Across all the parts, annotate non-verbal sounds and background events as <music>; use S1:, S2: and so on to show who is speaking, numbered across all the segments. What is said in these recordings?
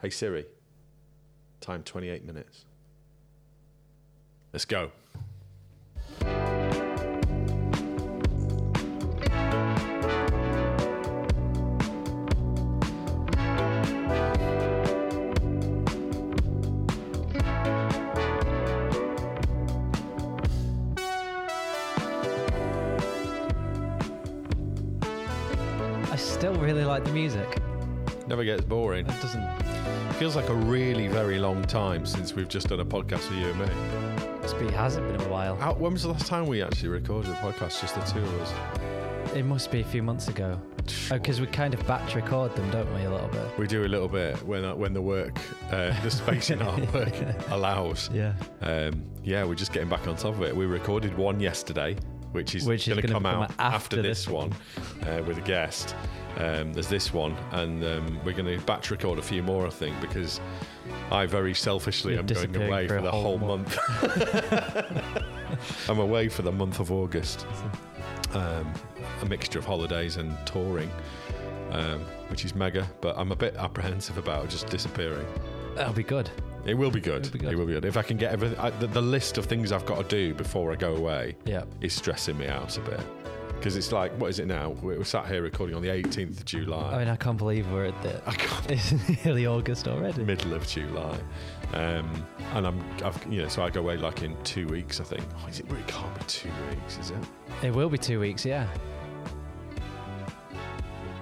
S1: Hey Siri, time 28 minutes. Let's go.
S2: I still really like the music.
S1: Never gets boring.
S2: That doesn't
S1: Feels like a really very long time since we've just done a podcast with you and me.
S2: speak hasn't been a while.
S1: How, when was the last time we actually recorded a podcast, just the two of us?
S2: It must be a few months ago. Because Oh, we kind of batch record them, don't we, a little bit?
S1: We do a little bit when when the work, uh, the space in our
S2: <laughs>
S1: work allows.
S2: Yeah.
S1: Um, yeah, we're just getting back on top of it. We recorded one yesterday, which is
S2: Which is
S1: going to
S2: gonna
S1: come
S2: come
S1: out
S2: out
S1: after
S2: after
S1: this
S2: this
S1: one uh, with a guest. Um, there's this one, and um, we're going to batch record a few more, I think, because I very selfishly
S2: You're
S1: am going
S2: disappearing
S1: away for,
S2: for a
S1: the whole,
S2: whole
S1: month. I'm away for the month <laughs> of August. Um, a mixture of holidays and touring, um, which is mega, but I'm a bit apprehensive about just disappearing.
S2: That'll be good.
S1: It will be good.
S2: It'll be good.
S1: It will be good. If I can get everything, I, the, the list of things I've got to do before I go away
S2: Yeah.
S1: is stressing me out a bit. Because it's like, what is it now? We- We're sat here recording on the 18th of July.
S2: I mean, I can't believe we're at the. <laughs>
S1: I can't. <laughs>
S2: It's nearly August already.
S1: Middle of July, um, and I'm, I've, you know, so I go away like in two weeks. I think. Oh, is it? It can't be two weeks, is it? <laughs>
S2: It will be two weeks, yeah.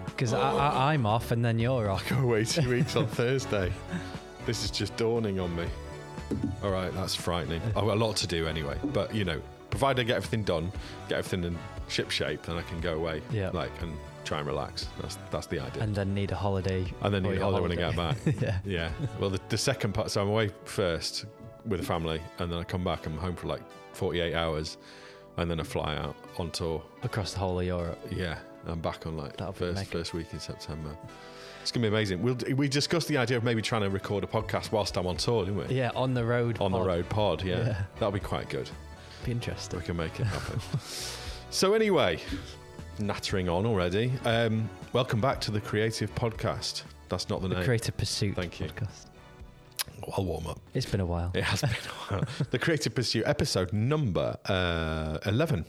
S2: Because I,
S1: Oh.
S2: I, I'm off and then you're off.
S1: Go away two weeks
S2: <laughs>
S1: on Thursday. This is just dawning on me. All right, that's frightening. I've got a lot to do anyway, but you know, provided I get everything done, get everything in ship shape, then I can go away,
S2: Yeah.
S1: like and try and relax. That's that's the idea. And,
S2: And then need a holiday.
S1: then
S2: for
S1: you
S2: your
S1: holiday when I get back.
S2: <laughs> yeah.
S1: yeah. Well, the, the second part. So I'm away first with the family, and then I come back. I'm home for like 48 hours, and then I fly out on tour.
S2: Across the whole of Europe.
S1: Yeah, I'm back on like
S2: That'll be
S1: first
S2: mega.
S1: first week in September. It's gonna be amazing. We'll, we discussed the idea of maybe trying to record a podcast whilst I'm on tour, didn't we?
S2: Yeah, on the road.
S1: On the
S2: pod.
S1: road pod, yeah.
S2: Yeah.
S1: That'll be quite good. We
S2: Be interesting.
S1: can make it happen. <laughs> so anyway, nattering on already. Um, welcome back to the Creative Podcast. That's not the,
S2: The
S1: name.
S2: Creative Pursuit
S1: Thank you.
S2: podcast.
S1: I'll warm up.
S2: It's been a while.
S1: It has been a while. <laughs> The Creative Pursuit episode number uh, 11.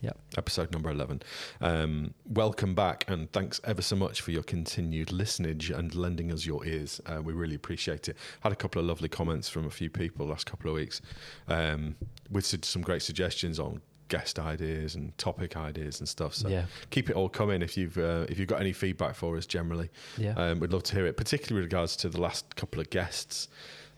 S2: Yep.
S1: Episode number 11. Um, welcome back and thanks ever so much for your continued listenage and lending us your ears. Uh, we really appreciate it. Had a couple of lovely comments from a few people last couple of weeks um, with su- some great suggestions on guest ideas and topic ideas and stuff. So
S2: Yeah.
S1: keep it all coming if you've uh, if you've got any feedback for us generally.
S2: Yeah.
S1: Um, we'd love to hear it, particularly with regards to the last couple of guests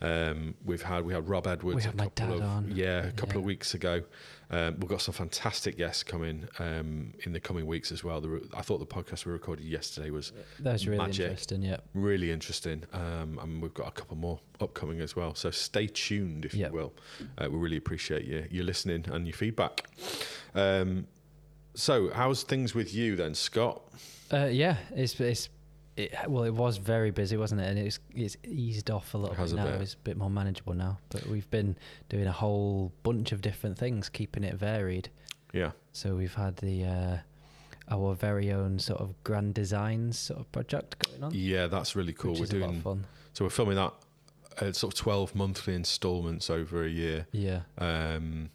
S1: um, we've had. We had Rob Edwards.
S2: We
S1: a
S2: had my
S1: couple
S2: dad
S1: of,
S2: on.
S1: Yeah, a couple
S2: Yeah.
S1: of weeks ago. Um, we've got some fantastic guests coming um, in the coming weeks as well. The, re- I thought the podcast we recorded yesterday was
S2: That was really
S1: Magic.
S2: interesting. Yeah.
S1: really interesting, um, and we've got a couple more upcoming as well. So stay tuned, if
S2: Yeah.
S1: you will. Uh, we really appreciate you you listening and your feedback. Um, so, how's things with you then, Scott?
S2: Uh, yeah. It's it's it, well, it was very busy, wasn't it? And it's it's eased off a little
S1: Has
S2: bit
S1: a
S2: now.
S1: bit.
S2: It's a bit more manageable now. But we've been doing a whole bunch of different things, keeping it varied.
S1: Yeah,
S2: So we've had the uh, our very own sort of grand designs sort of project going on,
S1: yeah, that's really cool.
S2: which
S1: we're
S2: is a lot of
S1: doing
S2: fun.
S1: so we're filming that uh, sort of twelve monthly installments over a year.
S2: Yeah.
S1: um,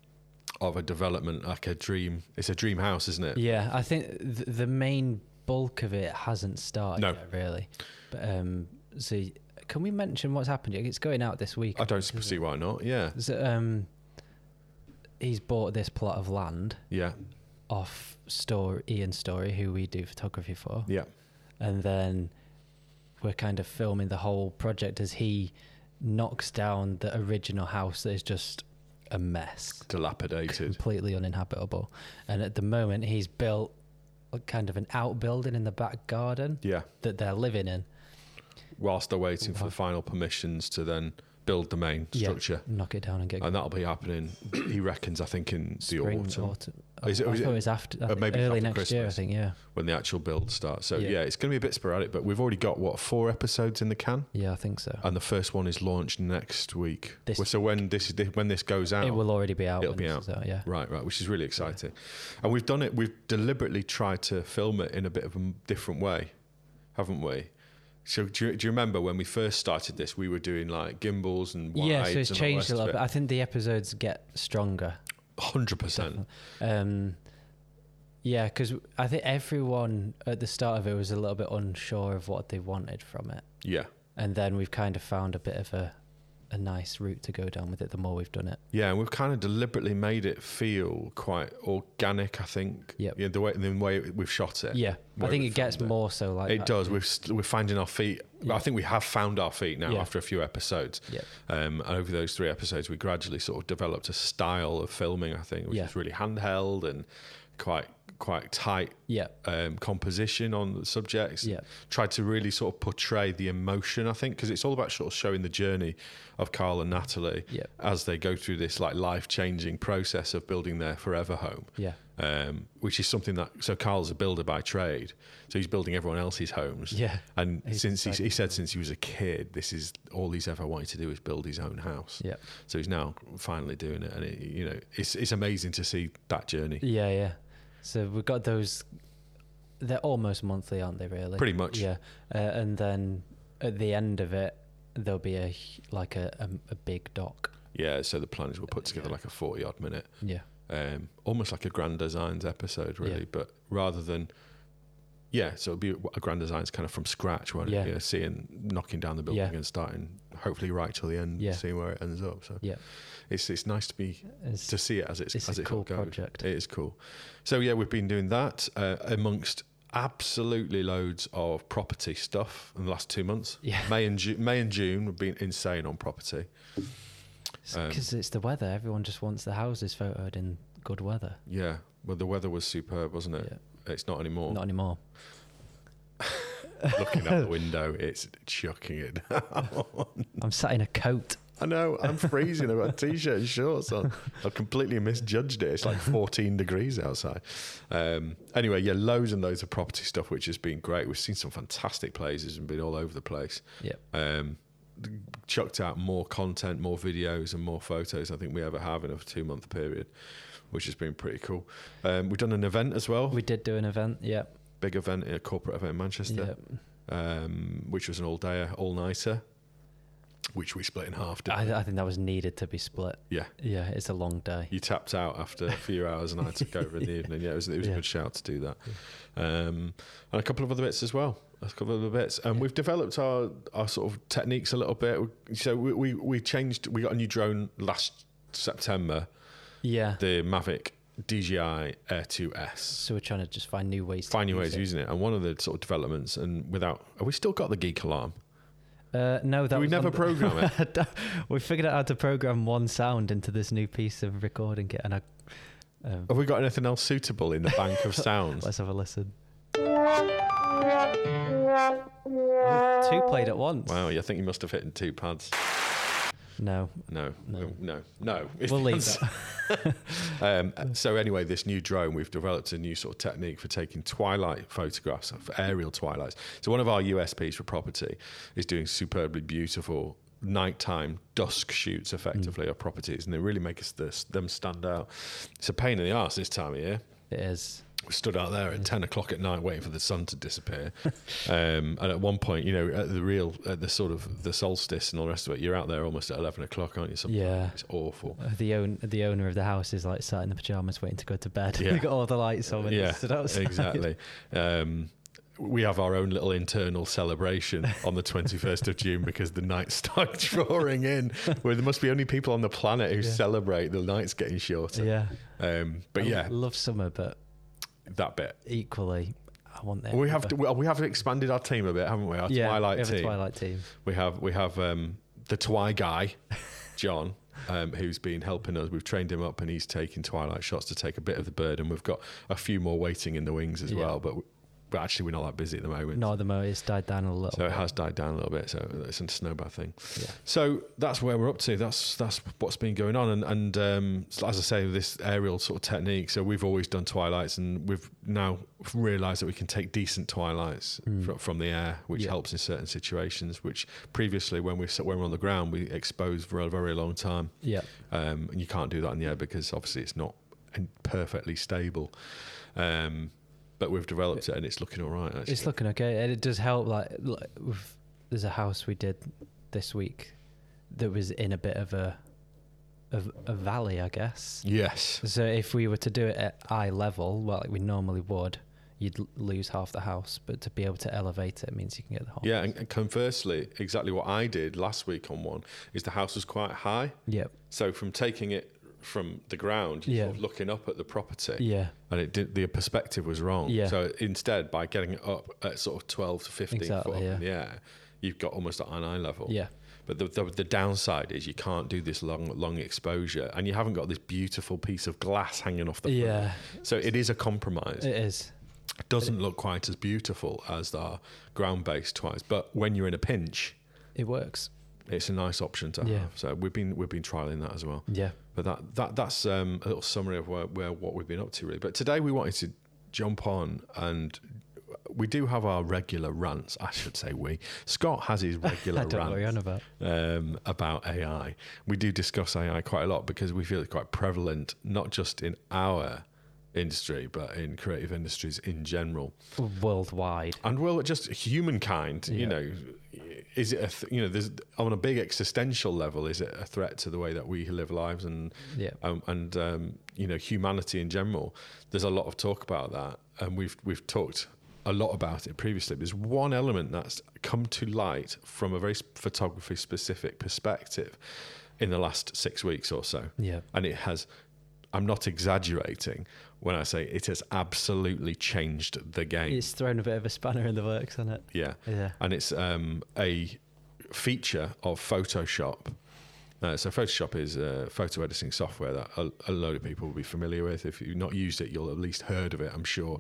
S1: of a development, like a dream. It's a dream house, isn't it?
S2: Yeah, I think th- the main bulk of it hasn't started
S1: No.
S2: yet, really. But um, so y- can we mention what's happened? It's going out this week.
S1: I don't see why not. Yeah,
S2: So, um, he's bought this plot of land
S1: yeah,
S2: off Story Ian Story, who we do photography for,
S1: yeah,
S2: and then we're kind of filming the whole project as he knocks down the original house that is just a mess
S1: dilapidated.
S2: <laughs> completely uninhabitable. And at the moment, he's built a kind of an outbuilding in the back garden
S1: Yeah,
S2: that they're living in.
S1: whilst they're waiting for the final permissions to then build the main structure,
S2: Yeah, knock it down and get
S1: and that'll be happening. <clears throat> He reckons, I think, in the
S2: spring,
S1: autumn
S2: autumn.
S1: Is it-
S2: I
S1: is it-
S2: thought it was after, I
S1: uh,
S2: think
S1: maybe it's
S2: early
S1: after
S2: next year, I
S1: Christmas.
S2: think. Yeah,
S1: when the actual build starts. So yeah,
S2: Yeah.
S1: it's going to be a bit sporadic, but we've already got what four episodes in the can,
S2: yeah, I think so.
S1: and the first one is launched next week.
S2: This-
S1: Well, so when this is when this goes out,
S2: it will already be out.
S1: It'll
S2: when
S1: be
S2: this
S1: out.
S2: is yeah,
S1: Right, right, which is really exciting. And we've done it, we've deliberately tried to film it in a bit of a m- different way, haven't we? So do you, do you remember when we first started this? We were doing like gimbals and wide
S2: yeah, so it's
S1: and all the
S2: changed
S1: rest
S2: a
S1: of
S2: lot.
S1: it.
S2: But I think the episodes get stronger.
S1: Hundred percent.
S2: Um, yeah, because I think everyone at the start of it was a little bit unsure of what they wanted from it,
S1: Yeah,
S2: and then we've kind of found a bit of a a nice route to go down with it. The more we've done it,
S1: yeah. And we've kind of deliberately made it feel quite organic. I think.
S2: Yep.
S1: Yeah. The way the way we've shot it.
S2: yeah,
S1: Where
S2: I think
S1: we
S2: it gets
S1: found it.
S2: more so like
S1: It
S2: that.
S1: does. We're st- we're finding our feet.
S2: Yeah.
S1: I think we have found our feet now
S2: Yeah.
S1: after a few episodes.
S2: Yeah.
S1: Um, and over those three episodes, we gradually sort of developed a style of filming. I think, which
S2: Yeah.
S1: is really handheld and quite quite tight
S2: Yeah,
S1: um, composition on the subjects.
S2: Yeah.
S1: Tried to really sort of portray the emotion, I think, because it's all about sort of showing the journey of Carl and Natalie
S2: Yeah.
S1: as they go through this like life changing process of building their forever home.
S2: yeah,
S1: Um, which is something that so Carl's a builder by trade, so he's building everyone else's homes.
S2: Yeah.
S1: and
S2: He's
S1: since he,
S2: like-
S1: he said since he was a kid, this is all he's ever wanted to do is build his own house.
S2: yeah,
S1: So he's now finally doing it, and it, you know it's it's amazing to see that journey.
S2: yeah, yeah. So we've got those. They're almost monthly, aren't they? Really,
S1: Pretty much.
S2: Yeah, uh, and then at the end of it, there'll be a h- like a a, a big doc.
S1: Yeah, so the plans were put together like a 40 odd minute,
S2: Yeah,
S1: um, almost like a Grand Designs episode, really,
S2: Yeah.
S1: but rather than, yeah, so it'd be a Grand Designs kind of from scratch, won't
S2: Yeah.
S1: it? You know, seeing, knocking down the building
S2: Yeah.
S1: and starting, hopefully, right till the end,
S2: Yeah.
S1: seeing where it ends up. So
S2: yeah.
S1: it's it's nice to be
S2: It's-
S1: to see it as it's,
S2: it's
S1: as
S2: a
S1: it
S2: cool
S1: goes.
S2: project.
S1: It is cool. So yeah, we've been doing that uh, amongst absolutely loads of property stuff in the last two months.
S2: Yeah.
S1: May and Ju- May and June have been insane on property. Um,
S2: because <laughs> it's the weather. Everyone just wants the houses photoed in good weather.
S1: Yeah, well, the weather was superb, wasn't it? It's not anymore.
S2: Not anymore.
S1: <laughs> Looking
S2: <laughs>
S1: out the window, it's chucking it. down. <laughs>
S2: I'm sat in a coat.
S1: I know. I'm freezing. I've got a t-shirt and shorts on. I've completely misjudged it. It's like 14 degrees outside. Um, anyway, yeah, loads and loads of property stuff, which has been great. We've seen some fantastic places and been all over the place.
S2: Yeah,
S1: Um, chucked out more content, more videos, and more photos. I think we ever have in a two-month period, which has been pretty cool. Um, we've done an event as well,
S2: we did do an event. Yeah,
S1: big event, a corporate event in Manchester.
S2: yeah.
S1: um, which was an all day, all nighter, which we split in half. Didn't
S2: I,
S1: we?
S2: I think that was needed to be split.
S1: Yeah,
S2: Yeah, it's a long day.
S1: you tapped out after a few hours, and I took over in the evening. Yeah, it was, it was a
S2: <laughs> Yeah.
S1: good shout to do that, um, and a couple of other bits as well. A couple of other bits, and we've developed our our sort of techniques a little bit. So we we, we changed. We got a new drone last September,
S2: Yeah.
S1: the Mavic DJI Air 2S.
S2: so we're trying to just find new ways.
S1: Find
S2: to
S1: new
S2: use
S1: ways of
S2: it.
S1: using it, and one of the sort of developments, and without, have we still got the geek alarm?
S2: Uh, no, that
S1: we
S2: was on
S1: never
S2: the-
S1: program
S2: <laughs>
S1: it.
S2: we figured out how to program one sound into this new piece of recording kit, and I um,
S1: Have we got anything else suitable in the bank
S2: <laughs>
S1: of sounds?
S2: let's have a listen. Two played at once.
S1: Wow, yeah, I think you must have hit in two pads.
S2: No,
S1: No, no,
S2: No.
S1: no. no is
S2: we'll
S1: the
S2: leave
S1: answer.
S2: that.
S1: <laughs> Um, so anyway, this new drone, we've developed a new sort of technique for taking twilight photographs, for aerial twilights. So one of our USPs for property is doing superbly beautiful nighttime dusk shoots, effectively,
S2: Hmm.
S1: of properties, and they really make us this, them stand out. It's a pain in the arse this time of year.
S2: It is.
S1: We stood out there
S2: Hmm.
S1: at 10 o'clock at night waiting for the sun to
S2: <laughs>
S1: disappear um, and at one point you know at the real at the sort of the solstice and all the rest of it you're out there almost at 11 o'clock aren't you Sometimes.
S2: Yeah.
S1: it's awful
S2: The own the owner of the house is like sat in the pajamas waiting to go to bed. <laughs>
S1: Yeah.
S2: We've got all the lights on and
S1: yeah
S2: yeah, stood outside.
S1: exactly um, we have our own little internal celebration on the 21st of June because the nights start <laughs> drawing in. Where there must be only people on the planet who
S2: Yeah.
S1: celebrate the nights getting shorter.
S2: <laughs> Yeah.
S1: Um, but
S2: I
S1: yeah,
S2: Love summer, but
S1: that bit.
S2: equally I want that.
S1: We have to, we have expanded our team a bit, haven't we? Our
S2: yeah,
S1: Twilight
S2: we have a
S1: team.
S2: Twilight team.
S1: We have we have um, the Twi guy, John, um, who's been helping us. We've trained him up, and he's taking twilight shots to take a bit of the bird. And we've got a few more waiting in the wings as
S2: Yeah.
S1: well. But, we, but actually, we're not that busy at the moment.
S2: No, at the moment it's died down a little.
S1: So it has died down a little bit. So it's a snowbad thing. <laughs> So that's where we're up to. That's that's what's been going on. And and um, so as I say, this aerial sort of technique. So we've always done twilights, and we've now realised that we can take decent twilights fro- from the air, which
S2: Yeah.
S1: helps in certain situations. Which previously, when we s- when we're on the ground, we exposed for a very long time,
S2: yeah,
S1: um, and you can't do that in the air because obviously it's not in- perfectly stable. Um, but we've developed it, and it's looking all right. Actually.
S2: it's looking okay, and it does help. Like, like we've there's a house we did this week that was in a bit of a of a valley, I guess.
S1: Yes.
S2: So if we were to do it at eye level, well, like we normally would, you'd l- lose half the house. But to be able to elevate it means you can get the whole.
S1: Yeah, and and conversely, exactly what I did last week on one is the house was quite high.
S2: Yep.
S1: So from taking it from the ground, you're
S2: Yeah.
S1: sort of looking up at the property.
S2: Yeah.
S1: and it did the perspective was wrong.
S2: Yeah.
S1: So instead, by getting it up at sort of twelve to fifteen
S2: Exactly,
S1: foot up
S2: yeah.
S1: in the air, you've got almost at an eye level.
S2: Yeah.
S1: But the, the the downside is you can't do this long long exposure, and you haven't got this beautiful piece of glass hanging off the. front.
S2: Yeah.
S1: So it is a compromise.
S2: It is.
S1: It doesn't look quite as beautiful as our ground based twice, but when you're in a pinch,
S2: It works.
S1: it's a nice option to
S2: Yeah.
S1: have. So we've been we've been trialing that as well.
S2: Yeah.
S1: But that that that's um, a little summary of where, where what we've been up to really. But today we wanted to jump on and we do have our regular rants. I should say we. Scott has
S2: <laughs>
S1: his regular
S2: I don't know what you're on
S1: rant
S2: about.
S1: um, about AI. We do discuss AI quite a lot because we feel it's quite prevalent, not just in our industry, but in creative industries in general.
S2: Worldwide.
S1: And well, just humankind, you
S2: Yeah.
S1: know, is it a th- you know, there's on a big existential level, is it a threat to the way that we live lives and
S2: Yeah.
S1: um, and um, you know humanity in general. There's a lot of talk about that, and we've we've talked a lot about it previously. There's one element that's come to light from a very photography specific perspective in the last six weeks or so,
S2: Yeah.
S1: and it has. I'm not exaggerating when I say it has absolutely changed the game.
S2: It's thrown a bit of a spanner in the works, hasn't it?
S1: yeah,
S2: Yeah.
S1: and it's um, a feature of Photoshop. Uh, so Photoshop is uh, photo editing software that a, a load of people will be familiar with. If you've not used it, you'll at least heard of it, I'm sure.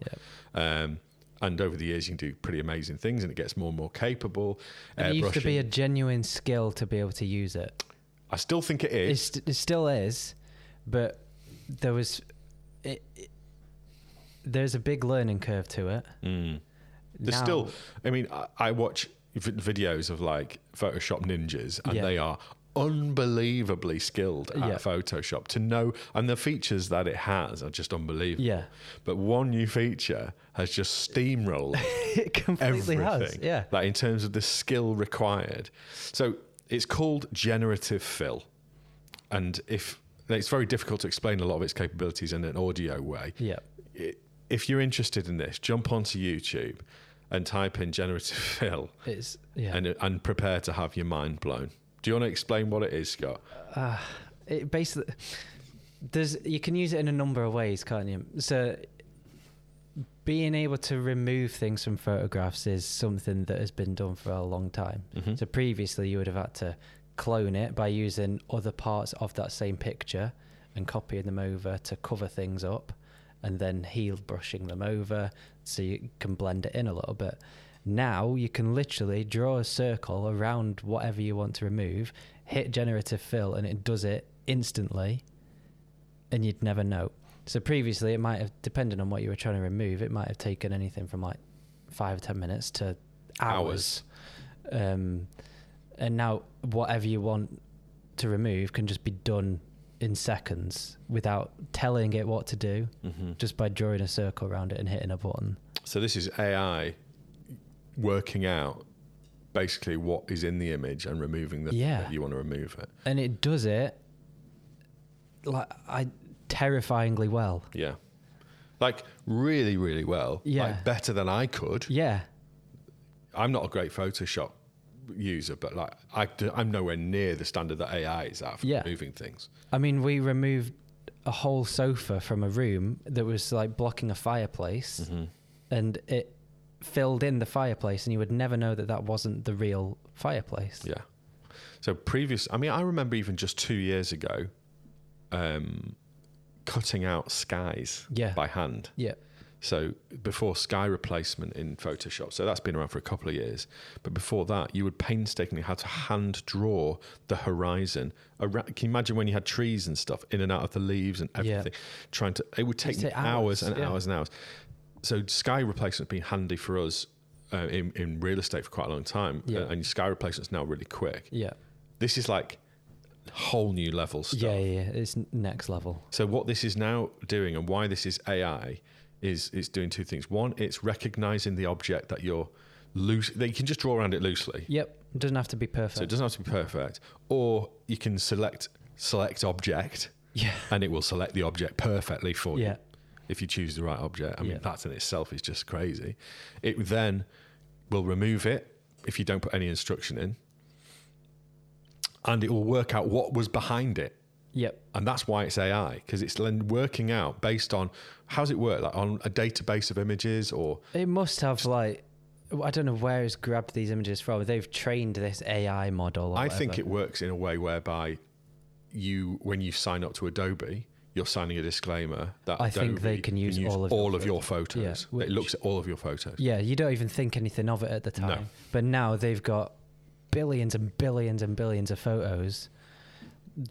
S1: Um, and over the years, you can do pretty amazing things, and it gets more and more capable. Uh,
S2: And it used to
S1: Airbrushing.
S2: be a genuine skill to be able to use it.
S1: I still think it is.
S2: It's, it still is, but there was it, it- there's a big learning curve to it.
S1: Mm. There's
S2: Now-
S1: still, I mean, I, I watch v- videos of like Photoshop ninjas, and
S2: Yeah.
S1: they are unbelievably skilled at
S2: Yeah.
S1: Photoshop to know, and the features that it has are just unbelievable.
S2: yeah, <laughs>
S1: But one new feature has just steamrolled
S2: <laughs> it completely
S1: everything.
S2: has. Yeah,
S1: Like in terms of the skill required. So it's called generative fill. And if it's very difficult to explain a lot of its capabilities in an audio way.
S2: yeah,
S1: I- If you're interested in this, jump onto YouTube and type in generative <laughs> fill
S2: it's yeah.
S1: and, and prepare to have your mind blown. Do you want to explain what it is, Scott?
S2: it basically there's you can use it in a number of ways, can't you? So being able to remove things from photographs is something that has been done for a long time. So previously you would have had to clone it by using other parts of that same picture and copying them over to cover things up and then heel brushing them over so you can blend it in a little bit. Now you can literally draw a circle around whatever you want to remove, hit generative fill, and it does it instantly, and you'd never know. So previously, it might have, depending on what you were trying to remove, it might have taken anything from like five, ten minutes to hours. Um, and now, whatever you want to remove can just be done in seconds without telling it what to do, just by drawing a circle around it and hitting a button.
S1: So this is AI working out basically what is in the image and removing the
S2: Yeah.
S1: that you want to remove it.
S2: and it does it like I terrifyingly well.
S1: Yeah. Like really, really well.
S2: Yeah.
S1: Like better than I could.
S2: Yeah,
S1: I'm not a great Photoshop user, but like I do, I'm nowhere near the standard that AI is at for
S2: Yeah.
S1: removing things.
S2: I mean, we removed a whole sofa from a room that was like blocking a fireplace,
S1: Mm-hmm.
S2: and it filled in the fireplace, and you would never know that that wasn't the real fireplace.
S1: Yeah. So previous, I mean, I remember even just two years ago, um, cutting out skies
S2: Yeah.
S1: by hand.
S2: Yeah,
S1: So before sky replacement in Photoshop, so that's been around for a couple of years. But before that, you would painstakingly have to hand draw the horizon. Ara- Can you imagine when you had trees and stuff in and out of the leaves and
S2: Yeah.
S1: everything? Trying to, it would take
S2: It'd take
S1: hours,
S2: hours,
S1: and
S2: yeah.
S1: hours and hours. So sky replacement's been handy for us uh, in in real estate for quite a long time,
S2: Yeah.
S1: uh, and sky replacement's now really quick.
S2: yeah,
S1: This is like whole new level stuff.
S2: yeah, yeah, yeah. It's n- next level.
S1: So what this is now doing and why this is AI is it's doing two things. One, it's recognizing the object that you're loose that you can just draw around it loosely.
S2: Yep. It doesn't have to be perfect.
S1: So it doesn't have to be perfect. Or you can select select object
S2: yeah.
S1: and it will select the object perfectly for
S2: Yeah.
S1: you if you choose the right object. I mean,
S2: Yeah.
S1: that in itself is just crazy. It then will remove it if you don't put any instruction in, and it will work out what was behind it.
S2: Yep.
S1: And that's why it's AI because it's then working out based on how's it work, like on a database of images or
S2: It must have like I don't know where it's grabbed these images from. They've trained this AI model. Or
S1: I think it works in a way whereby you, when you sign up to Adobe, you're signing a disclaimer that
S2: I think
S1: Adobe
S2: they can use all of your
S1: your photos.
S2: Yeah,
S1: That
S2: which-
S1: it looks at all of your photos.
S2: Yeah, you don't even think anything of it at the time.
S1: No.
S2: But now they've got billions and billions and billions of photos.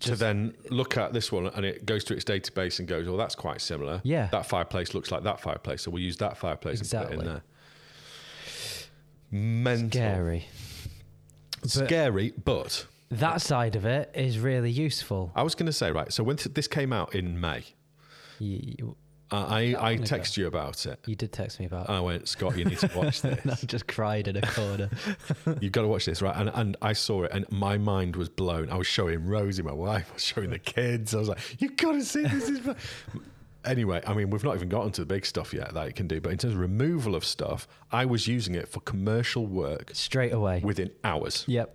S1: to then look at this one and it goes to its database and goes, "Well, that's quite similar.
S2: Yeah.
S1: that fireplace looks like that fireplace, so we'll use that fireplace and put it
S2: Exactly.
S1: in there." Mental,
S2: Scary.
S1: scary, but
S2: That side of it is really useful.
S1: I was going to say right. So when th- this came out in May,
S2: You, you,
S1: uh, I I
S2: long ago.
S1: texted you about it.
S2: you did text me <laughs> about. it.
S1: I went, Scott, you need to <laughs>
S2: <laughs>
S1: watch this.
S2: and I just cried in a corner.
S1: You've got to watch this, right? And and I saw it, and my mind was blown. I was showing Rosie, my wife, I was showing the kids. I was like, "You've got to see this!" Is bl-" anyway, I mean, we've not even gotten to the big stuff yet that it can do. But in terms of removal of stuff, I was using it for commercial work
S2: Straight away.
S1: within hours.
S2: Yep.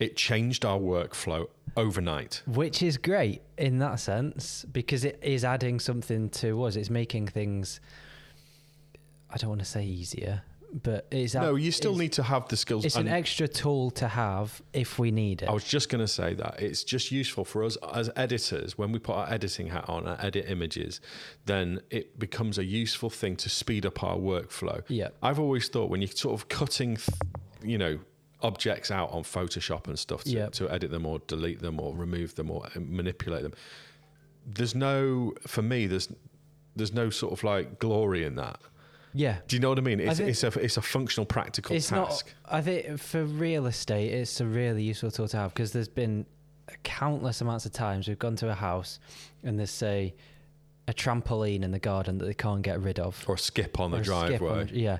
S1: It changed our workflow overnight.
S2: Which is great in that sense because it is adding something to us. It's making things, I don't want to say easier, but it's.
S1: No, you still
S2: it's,
S1: need to have the skills.
S2: It's an
S1: and-
S2: extra tool to have if we need it.
S1: I was just going to say that it's just useful for us as editors when we put our editing hat on and edit images, then it becomes a useful thing to speed up our workflow.
S2: Yeah.
S1: I've always thought when you're sort of cutting, th- you know, objects out on Photoshop and stuff to,
S2: Yeah.
S1: to edit them or delete them or remove them or uh, manipulate them, there's no for me there's there's no sort of like glory in that.
S2: yeah.
S1: Do you know what I mean? It's,
S2: think-
S1: it's a it's a functional practical
S2: It's
S1: task.
S2: not. I think for real estate, it's a really useful tool to have because there's been countless amounts of times we've gone to a house and there's, say, a trampoline in the garden that they can't get rid of.
S1: or skip on the
S2: or a skip on
S1: driveway.
S2: the- yeah.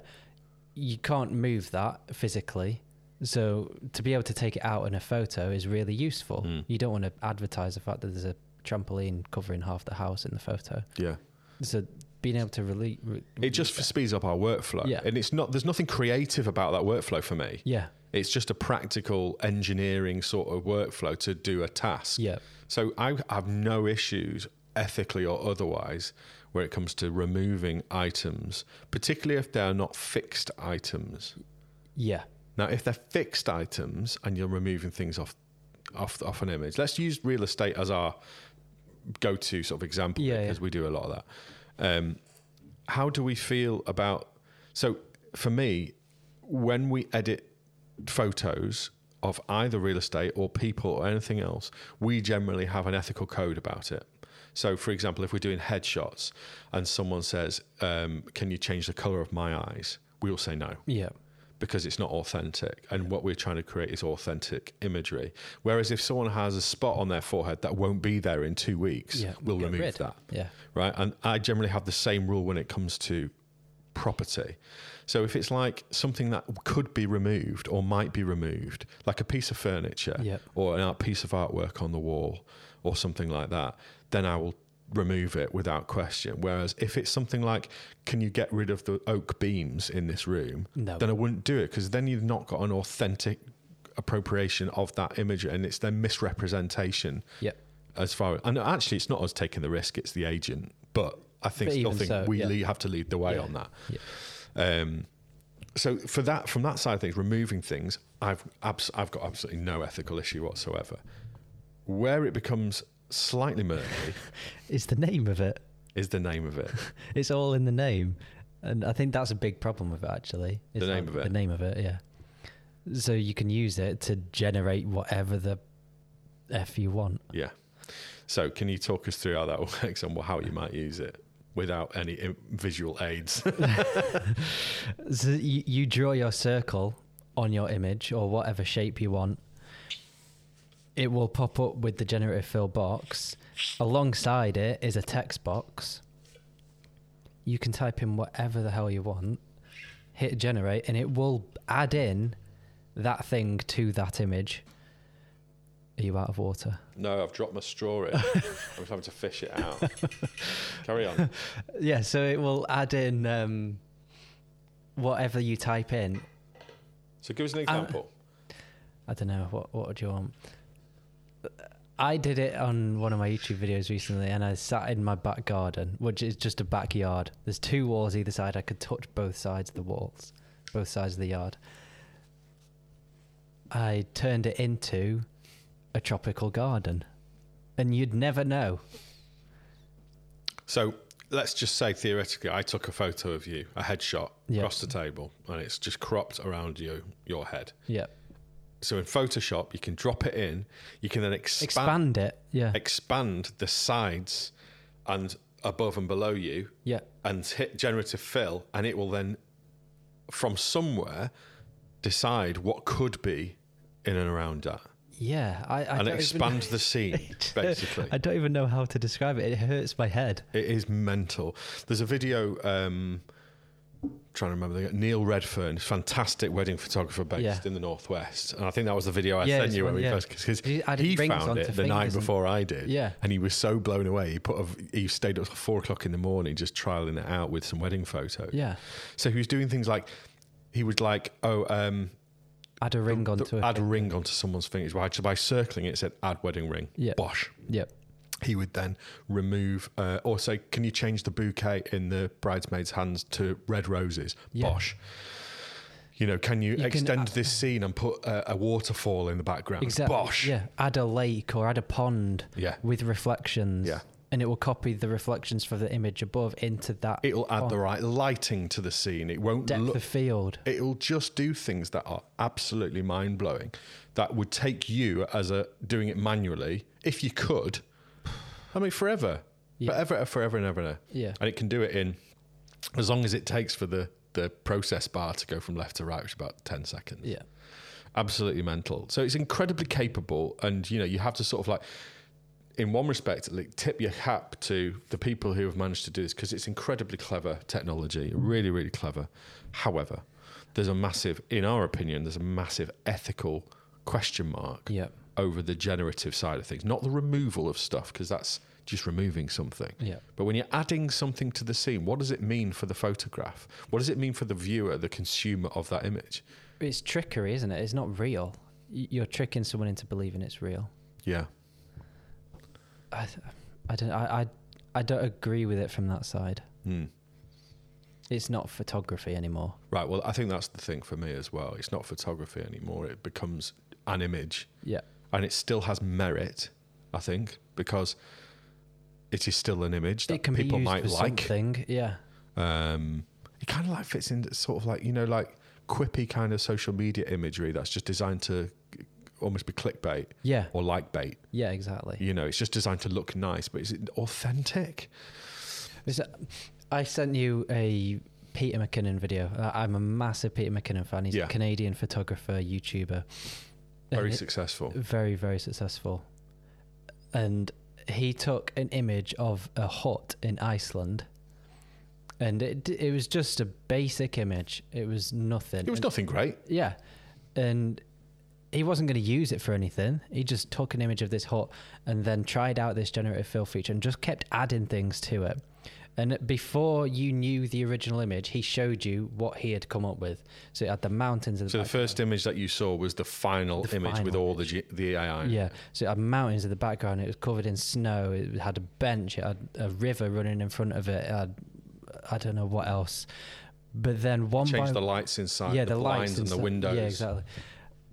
S2: You can't move that physically. So to be able to take it out in a photo is really useful.
S1: Hmm.
S2: You don't want to advertise the fact that there's a trampoline covering half the house in the photo.
S1: yeah.
S2: So being able to really. Re-
S1: It just speeds up our workflow.
S2: Yeah.
S1: And it's not there's nothing creative about that workflow for me.
S2: Yeah.
S1: It's just a practical engineering sort of workflow to do a task.
S2: Yeah.
S1: So I have no issues ethically or otherwise where it comes to removing items, particularly if they are not fixed items.
S2: Yeah.
S1: Now, if they're fixed items and you're removing things off off off an image, let's use real estate as our go-to sort of example
S2: Yeah,
S1: because
S2: yeah.
S1: we do a lot of that. Um, how do we feel about? So, for me, when we edit photos of either real estate or people or anything else, we generally have an ethical code about it. So, for example, if we're doing headshots and someone says, um, "Can you change the color of my eyes?" we all say no
S2: Yeah.
S1: because it's not authentic. And what we're trying to create is authentic imagery. Whereas if someone has a spot on their forehead that won't be there in two weeks,
S2: Yeah.
S1: we'll
S2: Get
S1: remove
S2: rid.
S1: that.
S2: Yeah.
S1: Right. And I generally have the same rule when it comes to property. So if it's like something that could be removed or might be removed, like a piece of furniture
S2: Yep.
S1: or an art piece of artwork on the wall or something like that, then I will remove it without question. Whereas if it's something like, can you get rid of the oak beams in this room?
S2: No.
S1: Then I wouldn't do it because then you've not got an authentic appropriation of that image and it's then misrepresentation
S2: Yeah.
S1: as far and actually it's not us taking the risk it's the agent but i think
S2: But
S1: still
S2: even
S1: think
S2: so,
S1: we
S2: yeah.
S1: lea- have to lead the way
S2: Yeah.
S1: on that
S2: Yeah.
S1: um so for that from that side of things removing things i've abs- i've got absolutely no ethical issue whatsoever where it becomes slightly murky
S2: <laughs>
S1: <laughs>
S2: It's the name of it.
S1: is the name
S2: <laughs>
S1: of it
S2: It's all in the name, and I think that's a big problem with it. Actually,
S1: The
S2: It's
S1: name
S2: not-
S1: of it.
S2: The name of it. Yeah. So you can use it to generate whatever the f you want.
S1: yeah so can you talk us through how that <laughs> works and how you might use it without any im- visual aids <laughs>
S2: So you, you draw your circle on your image or whatever shape you want. It will pop up with the generative fill box. Alongside it is a text box. You can type in whatever the hell you want, hit generate, and it will add in that thing to that image, are you out of water?
S1: No, I've dropped my straw
S2: <laughs>
S1: in. I was having to fish it out. Carry on.
S2: Yeah, so it will add in um, whatever you type in.
S1: So
S2: Uh,
S1: give us an example.
S2: I don't know what what would you want. I did it on one of my YouTube videos recently, and I sat in my back garden, which is just a backyard. There's two walls either side. I could touch both sides of the walls, both sides of the yard. I turned it into a tropical garden, and you'd never know.
S1: so let's just say theoretically, I took a photo of you, a headshot
S2: Yeah.
S1: across the table, and it's just cropped around you, your head.
S2: Yeah,
S1: So in Photoshop, you can drop it in. You can then expand, expand.
S2: expand it. Yeah,
S1: the sides and above and below you,
S2: yeah,
S1: and hit generative fill, and it will then, from somewhere, decide what could be in and around that,
S2: yeah. I, I
S1: and
S2: don't
S1: expand
S2: <laughs> Even,
S1: the scene basically.
S2: <laughs> I don't even know how to describe it. It hurts my head.
S1: It is mental. There's a video. Um, trying to remember the Neil Redfern, fantastic wedding photographer based
S2: Yeah.
S1: in the northwest, and I think that was the video I
S2: Yeah,
S1: sent
S2: it's
S1: you when
S2: one,
S1: we
S2: yeah.
S1: first because
S2: He added
S1: he
S2: rings
S1: found
S2: onto
S1: it the night
S2: fingers and-
S1: before I did.
S2: Yeah.
S1: and he was so blown away. He put a, he stayed up till four o'clock in the morning just trialing it out with some wedding photos.
S2: Yeah,
S1: So he was doing things like he would like oh um
S2: add a ring
S1: th-
S2: onto it.
S1: add a ring onto someone's fingers by by circling it, it said add wedding ring.
S2: Yeah.
S1: bosh
S2: Yep.
S1: he would then remove uh, or say, "Can you change the bouquet in the bridesmaid's hands to red roses?"
S2: Yeah.
S1: Bosh. You know, can you,
S2: can,
S1: extend
S2: uh,
S1: this scene and put a, a waterfall in the background?
S2: Exactly.
S1: Bosh.
S2: Yeah. Add a lake or add a pond
S1: Yeah.
S2: with reflections.
S1: Yeah.
S2: And it will copy the reflections for the image above into that
S1: It'll add
S2: Oh.
S1: the right lighting to the scene. It won't
S2: depth
S1: look.
S2: of field.
S1: It'll just do things that are absolutely mind blowing. That would take you as a doing it manually, if you could. I mean, forever,
S2: Yeah.
S1: forever, forever and ever and ever.
S2: Yeah.
S1: and it can do it in as long as it takes for the the process bar to go from left to right, which is about ten seconds.
S2: Yeah.
S1: absolutely mental. So it's incredibly capable, and you know you have to sort of like. In one respect, like tip your cap to the people who have managed to do this because it's incredibly clever technology, really, really clever. However, there's a massive, in our opinion, there's a massive ethical question mark
S2: Yeah.
S1: over the generative side of things, not the removal of stuff, because that's just removing something.
S2: Yeah.
S1: But when you're adding something to the scene, what does it mean for the photograph? What does it mean for the viewer, the consumer of that image?
S2: It's trickery, isn't it? It's not real. Y- You're tricking someone into believing it's real.
S1: Yeah.
S2: I, I don't. I, I, I don't agree with it from that side.
S1: Hmm.
S2: It's not photography anymore.
S1: Right. Well, I think that's the thing for me as well. It's not photography anymore. It becomes an image,
S2: Yeah.
S1: and it still has merit, I think, because it is still an image that
S2: it can
S1: people
S2: be used
S1: might
S2: for
S1: like.
S2: something. Yeah.
S1: Um, it kind of like fits in sort of like you know like quippy kind of social media imagery that's just designed to almost be clickbait
S2: Yeah.
S1: or like bait.
S2: Yeah. Exactly.
S1: You know, it's just designed to look nice, but is it authentic?
S2: Is that- I sent you a Peter McKinnon video. I- I'm a massive Peter McKinnon fan. He's
S1: Yeah.
S2: a Canadian photographer, YouTuber.
S1: Very
S2: And it-
S1: successful.
S2: very, very successful. And he took an image of a hut in Iceland. And it it was just a basic image. It was nothing.
S1: It was
S2: And-
S1: nothing great.
S2: yeah. And he wasn't going to use it for anything. He just took an image of this hut and then tried out this generative fill feature and just kept adding things to it. And before you knew the original image, he showed you what he had come up with. So it had the mountains in the
S1: So the
S2: back-
S1: first image that you saw was the final
S2: The
S1: image with
S2: final
S1: all the G- the AI.
S2: yeah. So it had mountains in the background. It was covered in snow. It had a bench. It had a river running in front of it. It had, I don't know what else. But then one
S1: Change
S2: by
S1: the lights inside.
S2: yeah,
S1: the,
S2: lights
S1: blinds and the
S2: stuff.
S1: windows.
S2: Yeah, exactly.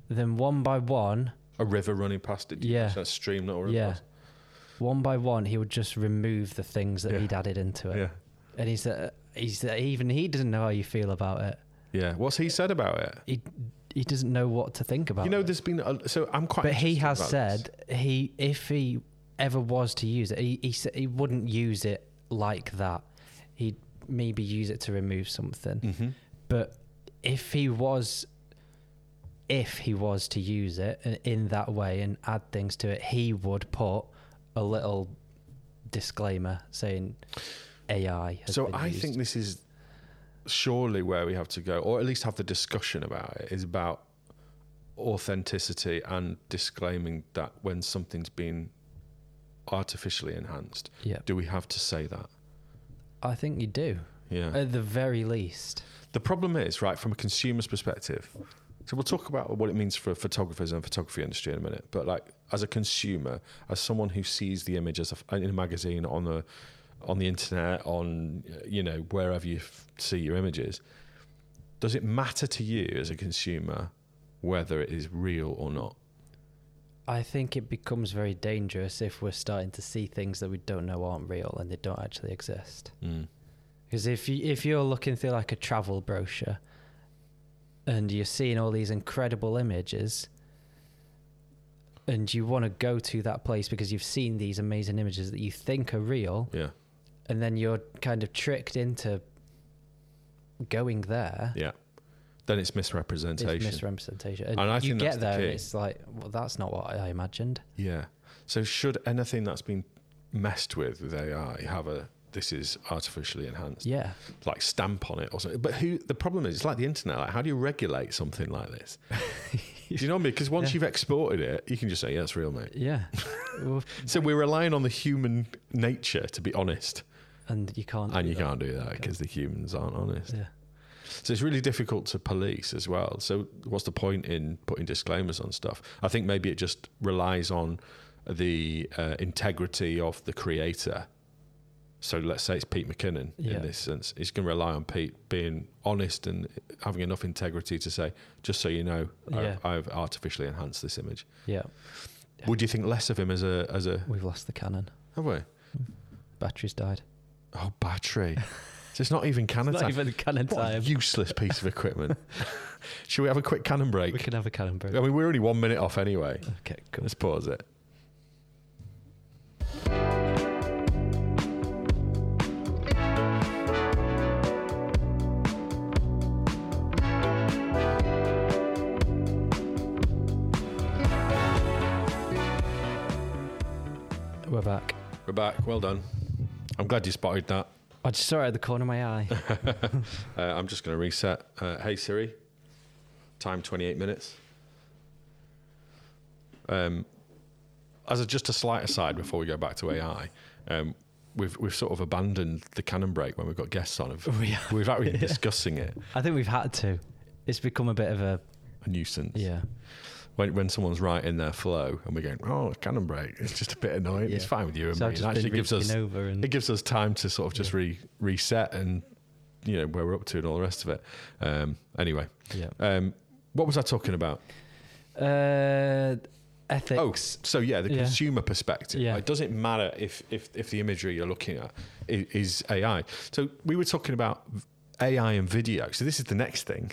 S2: Then one by one,
S1: A river running past it. Did you
S2: Yeah.
S1: catch That stream that a river
S2: Yeah.
S1: was?
S2: one by one, he would just remove the things that
S1: Yeah.
S2: he'd added into it.
S1: Yeah.
S2: And he said, he said, uh, even he doesn't know how you feel about it.
S1: Yeah. What's he said about it?
S2: He he doesn't know what to think about.
S1: you know,
S2: it.
S1: there's been. A, so I'm quite.
S2: but he
S1: interested
S2: has
S1: about
S2: said
S1: this.
S2: he if he ever was to use it, he he, said he wouldn't use it like that. He'd maybe use it to remove
S1: Mm.
S2: something.
S1: Mm-hmm.
S2: But if he was if he was to use it in- in that way and add things to it, he would put a little disclaimer saying AI. Has
S1: So
S2: been
S1: I
S2: used.
S1: think this is surely where we have to go, or at least have the discussion about it, is about authenticity and disclaiming that when something's been artificially enhanced,
S2: Yeah.
S1: do we have to say that?
S2: I think you do,
S1: Yeah.
S2: at the very least.
S1: The problem is, right, from a consumer's perspective, so we'll talk about what it means for photographers and photography industry in a minute. But like, as a consumer, as someone who sees the image as a, in a magazine, on the on the internet, on you know wherever you f- see your images, does it matter to you as a consumer whether it is real or not?
S2: I think it becomes very dangerous if we're starting to see things that we don't know aren't real and they don't actually exist.
S1: Mm.
S2: Because if you if you're looking through like a travel brochure and you're seeing all these incredible images and you want to go to that place because you've seen these amazing images that you think are real
S1: Yeah,
S2: and then you're kind of tricked into going there
S1: yeah. Then it's
S2: it's
S1: misrepresentation.
S2: misrepresentation and,
S1: And I
S2: you
S1: think
S2: get
S1: that's the
S2: there and
S1: key.
S2: it's like well that's not what i imagined
S1: Yeah. So should anything that's been messed with with AI have a this is artificially enhanced
S2: yeah
S1: like stamp on it or something? But who the problem is it's like the internet. Like how do you regulate something like this? do you know what I mean? Because once
S2: Yeah.
S1: you've exported it, you can just say yeah, it's real, mate. <laughs>
S2: yeah Well,
S1: So we're relying on the human nature to be honest,
S2: and you can't
S1: and
S2: do
S1: you
S2: that.
S1: can't do that because the humans aren't honest.
S2: yeah
S1: So it's really difficult to police as well. So what's the point in putting disclaimers on stuff? I think maybe it just relies on the uh, integrity of the creator. So let's say it's Pete McKinnon
S2: Yeah.
S1: in this sense. It's going to rely on Pete being honest and having enough integrity to say, just so you know,
S2: Yeah.
S1: I've, I've artificially enhanced this image.
S2: yeah
S1: Would you think less of him as a as a
S2: we've lost the cannon
S1: have we?
S2: batteries died
S1: Oh,
S2: <laughs>
S1: battery. so it's not even cannon time.
S2: even cannon
S1: What a useless piece of
S2: <laughs>
S1: equipment. Should we have a quick cannon break?
S2: we can have a cannon break
S1: I mean, we're only one minute off anyway.
S2: okay cool
S1: Let's pause it.
S2: we're back
S1: We're back. Well done. I'm glad you spotted that.
S2: i Oh, just saw it at the corner of
S1: <laughs>
S2: my eye
S1: Uh, I'm just going to reset. Uh, hey Siri, time 28 minutes. Um, as a, just a slight aside before we go back to AI, um, we've we've sort of abandoned the cannon break when we've got guests on.
S2: <laughs>
S1: We've,
S2: We
S1: we've actually been discussing it.
S2: I think we've had to. It's become a bit of a
S1: A nuisance.
S2: yeah.
S1: When when someone's right in their flow and we're going, oh, cannon break. It's just a bit annoying. It's
S2: Yeah.
S1: fine with you and
S2: So I've
S1: me. It
S2: just been
S1: actually gives us
S2: reaching over and
S1: it gives us time to sort of just re- reset and you know where we're up to and all the rest of it um anyway
S2: yeah.
S1: um what was i talking about
S2: Uh, ethics.
S1: oh so yeah the
S2: Yeah.
S1: consumer perspective
S2: Yeah.
S1: Like, does it matter if if if the imagery you're looking at is, is ai so we were talking about ai and video so this is the next
S2: <laughs>
S1: thing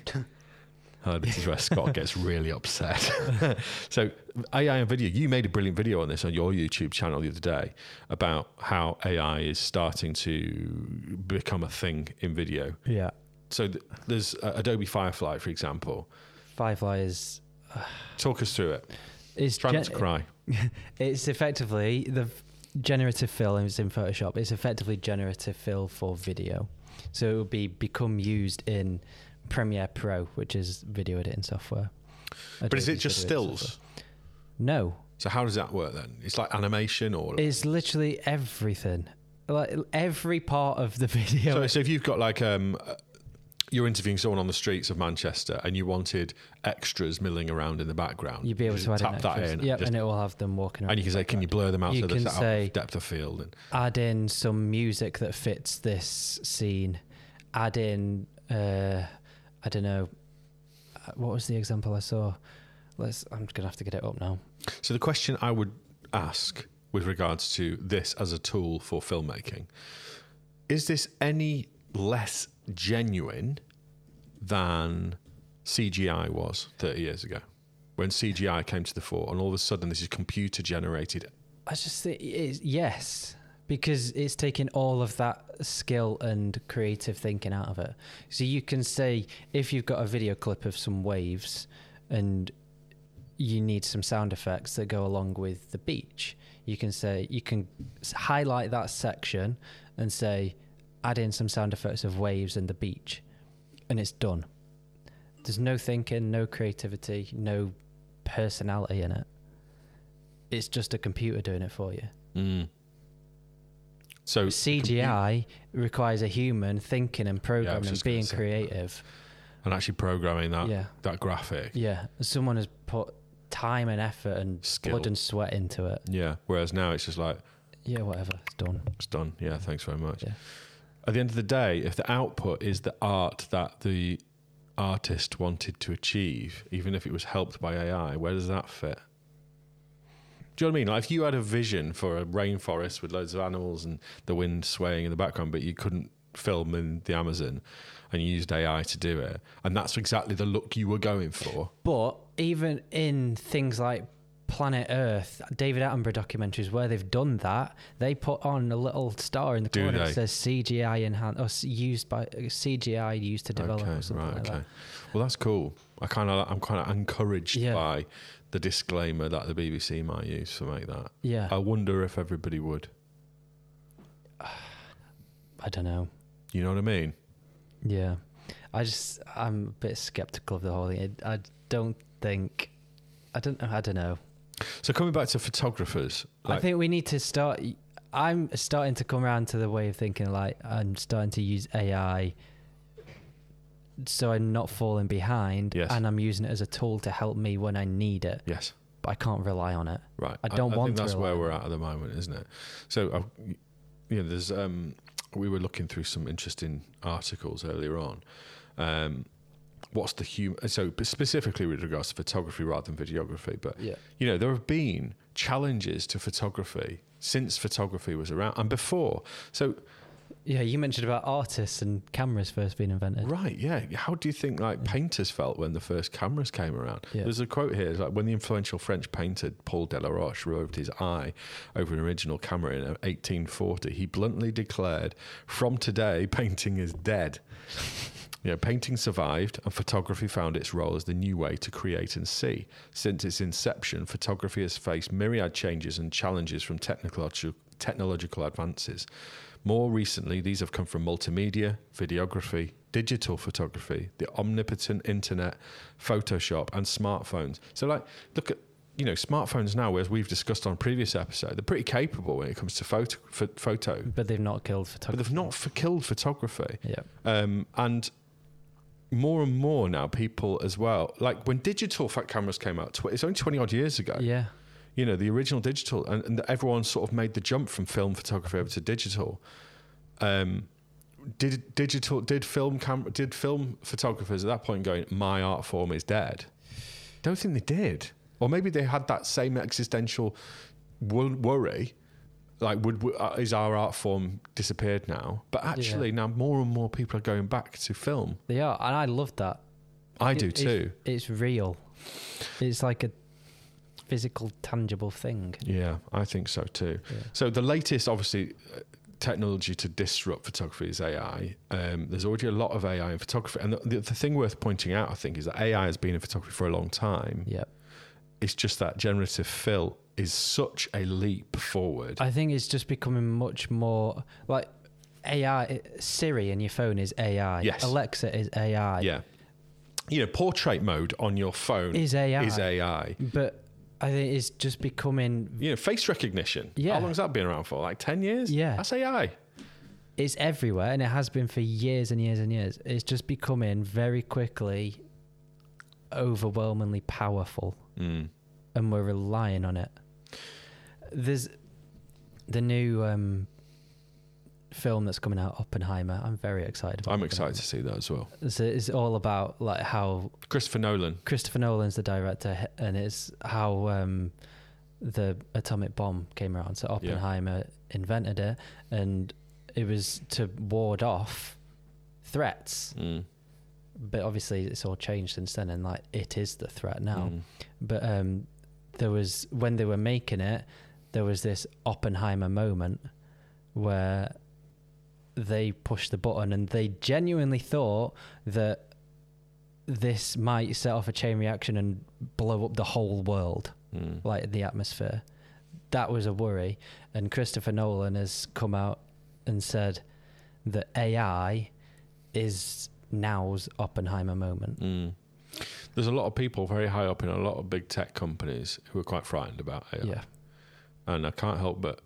S1: Oh, this is where Scott gets really upset. <laughs> so, AI and video, you made a brilliant video on this on your YouTube channel the other day about how AI is starting to become a thing in video.
S2: Yeah.
S1: So, th- there's uh, Adobe Firefly, for example.
S2: Firefly is
S1: Talk us through it.
S2: is
S1: Try not to
S2: gen-
S1: cry.
S2: it's effectively the f- generative fill is in Photoshop. It's effectively generative fill for video, so it will be become used in Premiere Pro, which is video editing software.
S1: But is it
S2: Adobe's
S1: just
S2: video editing software.
S1: stills?
S2: No,
S1: So, how does that work then? It's like animation or.
S2: it's literally everything. Like every part of the <laughs> video
S1: So, so if you've got like um, uh, you're interviewing someone on the streets of Manchester and you wanted extras milling around in the background,
S2: You'd be able
S1: just
S2: to add
S1: tap
S2: in
S1: that
S2: extras.
S1: in.
S2: Yep,
S1: just-
S2: and it will have them walking around.
S1: and you can say, can you blur them out
S2: You
S1: so
S2: can
S1: they're set
S2: say-
S1: up depth of field? And
S2: add in some music that fits this scene. Add in, uh, I don't know, uh, what was the example I saw? Let's. I'm gonna have to get it up now.
S1: so the question I would ask with regards to this as a tool for filmmaking is this any less genuine than CGI was 30 years ago when CGI came to the fore and all of a sudden this is computer generated
S2: I just think it's, yes, because it's taking all of that skill and creative thinking out of it. So you can say if you've got a video clip of some waves and you need some sound effects that go along with the beach, you can say you can s- highlight that section and say add in some sound effects of waves and the beach, and it's done. There's no thinking, no creativity, no personality in it. It's just a computer doing it for you.
S1: Mm. So
S2: CGI requires a human thinking and programming, and
S1: just gonna
S2: being
S1: say that.
S2: creative.
S1: and actually programming that
S2: Yeah,
S1: that graphic.
S2: yeah. Someone has put time and effort and
S1: Skill.
S2: blood and sweat into it.
S1: Yeah. Whereas now it's just like
S2: Yeah, whatever. It's done.
S1: it's done. Yeah. Thanks very much.
S2: Yeah.
S1: At the end of the day, if the output is the art that the artist wanted to achieve, even if it was helped by AI, where does that fit? Do you know what I mean? Like, if you had a vision for a rainforest with loads of animals and the wind swaying in the background, but you couldn't film in the Amazon and you used AI to do it, and that's exactly the look you were going for.
S2: But even in things like Planet Earth, David Attenborough documentaries where they've done that, they put on a little star in the
S1: Do
S2: corner
S1: they?
S2: that says CGI enhanced or s- used by CGI used to develop or something like that.
S1: Well, that's cool. I kind of, I'm kind of encouraged
S2: Yeah.
S1: by the disclaimer that the BBC might use to make that.
S2: Yeah,
S1: I wonder if everybody would.
S2: I don't know.
S1: You know what I mean?
S2: Yeah, I just I'm a bit skeptical of the whole thing. I, I don't think I don't know. I don't know.
S1: So coming back to photographers,
S2: I
S1: like,
S2: think we need to start. I'm starting to come around to the way of thinking. Like I'm starting to use AI, so I'm not falling behind,
S1: Yes.
S2: and I'm using it as a tool to help me when I need it.
S1: yes,
S2: But I can't rely on it.
S1: right.
S2: I don't want
S1: think that's
S2: to
S1: where
S2: rely
S1: we're at at the moment, isn't it? So, I, you know, there's um, we were looking through some interesting articles earlier on. Um, what's the human? So specifically with regards to photography rather than videography, but
S2: Yeah.
S1: you know, there have been challenges to photography since photography was around and before. So,
S2: Yeah. You mentioned about artists and cameras first being invented.
S1: right, yeah. How do you think like painters felt when the first cameras came around?
S2: Yeah.
S1: There's a quote here, it's like when the influential French painter Paul Delaroche roved his eye over an original camera in 1840, he bluntly declared, "From today, painting is dead." <laughs> You know, painting survived and photography found its role as the new way to create and see. Since its inception, photography has faced myriad changes and challenges from technological, technological advances. More recently, these have come from multimedia, videography, digital photography, the omnipotent internet, Photoshop, and smartphones. So, like, look at you know smartphones now, as we've discussed on previous episode, they're pretty capable when it comes to photo, ph- photo,
S2: But they've not killed
S1: but
S2: photography.
S1: they've not f- killed photography.
S2: Yeah.
S1: Um, and more and more now, people as well, like when digital fat cameras came out, tw- it's only 20 odd years ago,
S2: Yeah.
S1: you know, the original digital, and, and everyone sort of made the jump from film photography over to digital. Um, did digital did film cam- did film photographers at that point going my art form is dead don't think they did or maybe they had that same existential wo- worry like would, would uh, is our art form disappeared now but actually now more and more people are going back to film
S2: They are, and I love that.
S1: i
S2: It-
S1: do
S2: it's-
S1: too
S2: It's real. It's like a physical, tangible thing.
S1: yeah i think so too
S2: Yeah.
S1: So the latest, obviously, uh, technology to disrupt photography is AI. Um, there's already a lot of AI in photography, and the, the, the thing worth pointing out, I think, is that AI has been in photography for a long time.
S2: Yeah.
S1: It's just that generative fill is such a leap forward.
S2: I think it's just becoming much more like AI. Siri in your phone is AI.
S1: Yes.
S2: Alexa is AI.
S1: yeah, you know, portrait mode on your phone
S2: Is AI.
S1: is AI.
S2: But I think it's just becoming.
S1: You know, face recognition.
S2: Yeah.
S1: How long has that been around for? Like ten years.
S2: Yeah.
S1: That's AI.
S2: It's everywhere, and it has been for years and years and years. It's just becoming very quickly, overwhelmingly powerful.
S1: Mm.
S2: and we're relying on it. There's the new um, film that's coming out, Oppenheimer. I'm very excited. About
S1: I'm
S2: that.
S1: excited to see that as well.
S2: It's, it's all about like how
S1: Christopher Nolan.
S2: Christopher Nolan's the director, h- and it's how um, the atomic bomb came around. So Oppenheimer invented it, and it was to ward off threats.
S1: Mm.
S2: But obviously, it's all changed since then, and like it is the threat now
S1: Mm.
S2: but um, there was when they were making it, there was this Oppenheimer moment where they pushed the button and they genuinely thought that this might set off a chain reaction and blow up the whole world,
S1: Mm.
S2: like the atmosphere. That was a worry, and Christopher Nolan has come out and said that AI is now's Oppenheimer moment
S1: Mm. There's a lot of people very high up in a lot of big tech companies who are quite frightened about AI.
S2: yeah.
S1: And I can't help but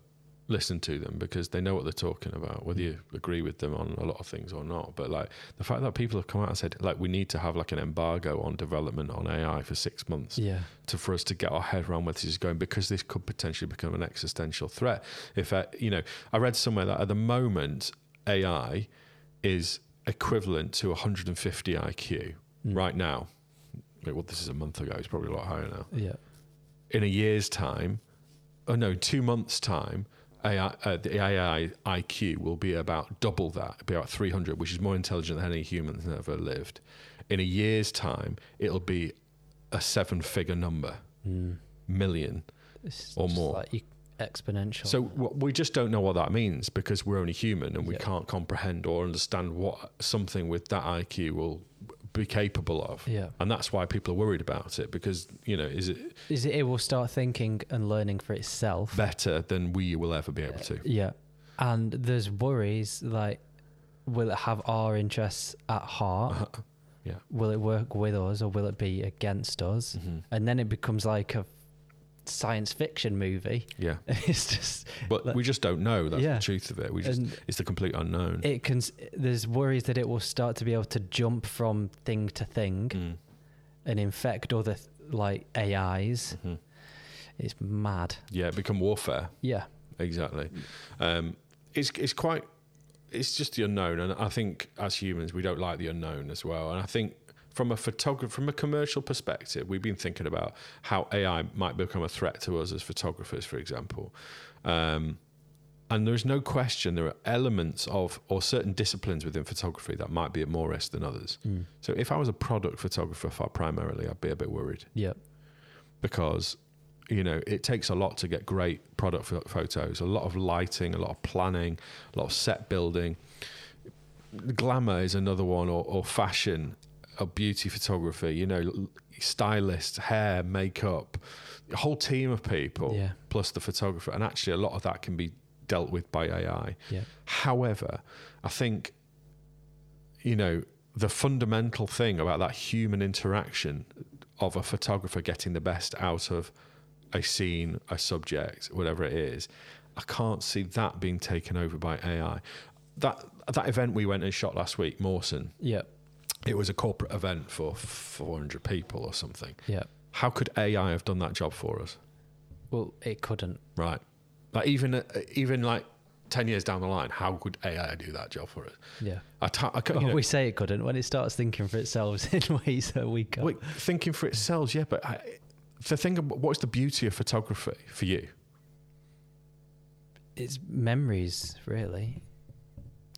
S1: listen to them because they know what they're talking about, whether you agree with them on a lot of things or not. But like the fact that people have come out and said, like, we need to have like an embargo on development on AI for six months
S2: Yeah.
S1: to for us to get our head around where this is going because this could potentially become an existential threat. If uh, you know, I read somewhere that at the moment AI is equivalent to 150 IQ
S2: Mm.
S1: right now. Well, this is a month ago. It's probably a lot higher now.
S2: Yeah.
S1: In a year's time, oh no, two months' time, AI, uh, the AI IQ will be about double that, it'll be about 300, which is more intelligent than any human's ever lived. In a year's time, it'll be a seven-figure number
S2: Mm.
S1: million.
S2: It's
S1: Or
S2: just
S1: more.
S2: Like you- exponential.
S1: So w- we just don't know what that means because we're only human and we
S2: Yeah.
S1: can't comprehend or understand what something with that IQ will be capable of.
S2: yeah.
S1: And that's why people are worried about it because, you know, is it
S2: Is it, it will start thinking and learning for itself.
S1: better than we will ever be able to?
S2: Yeah. And there's worries like, will it have our interests at heart?
S1: Uh-huh. Yeah.
S2: Will it work with us or will it be against us?
S1: Mhm.
S2: And then it becomes like a science fiction movie. <laughs>
S1: Yeah.
S2: it's just,
S1: But we just don't know. That's
S2: Yeah.
S1: the truth of it. We just,
S2: and
S1: it's the complete unknown.
S2: it can, there's worries that it will start to be able to jump from thing to thing
S1: Mm,
S2: and infect other th- like AIs.
S1: mhm.
S2: It's mad.
S1: Yeah, become warfare.
S2: Yeah.
S1: Exactly. Um, it's it's quite it's just the unknown, and I think as humans we don't like the unknown as well. And I think from a photographer from a commercial perspective, we've been thinking about how AI might become a threat to us as photographers, for example. Um, and there is no question there are elements of or certain disciplines within photography that might be at more risk than others.
S2: Mm.
S1: So if I was a product photographer primarily, I'd be a bit worried
S2: Yeah.
S1: because you know it takes a lot to get great product pho- photos a lot of lighting a lot of planning a lot of set building glamour is another one or, or fashion or beauty photography you know l- stylist hair makeup a whole team of people
S2: Yeah.
S1: plus the photographer and actually a lot of that can be dealt with by ai
S2: Yeah.
S1: However, I think, you know, the fundamental thing about that human interaction of a photographer getting the best out of a scene, a subject, whatever it is, I can't see that being taken over by AI. That that event we went and shot last week, Mawson,
S2: Yeah.
S1: it was a corporate event for 400 people or something.
S2: Yeah.
S1: How could AI have done that job for us?
S2: Well, it couldn't.
S1: Right. Like even uh, even like 10 years down the line, how could AI do that job for us? <laughs>
S2: Yeah.
S1: I ta- I ca- you
S2: Well,
S1: know,
S2: Oh, we say it couldn't when it starts thinking for itself <laughs> in ways that we can't.
S1: wait, thinking for itself, yeah, but I, the thing, ab- what's the beauty of photography for you?
S2: It's memories, really.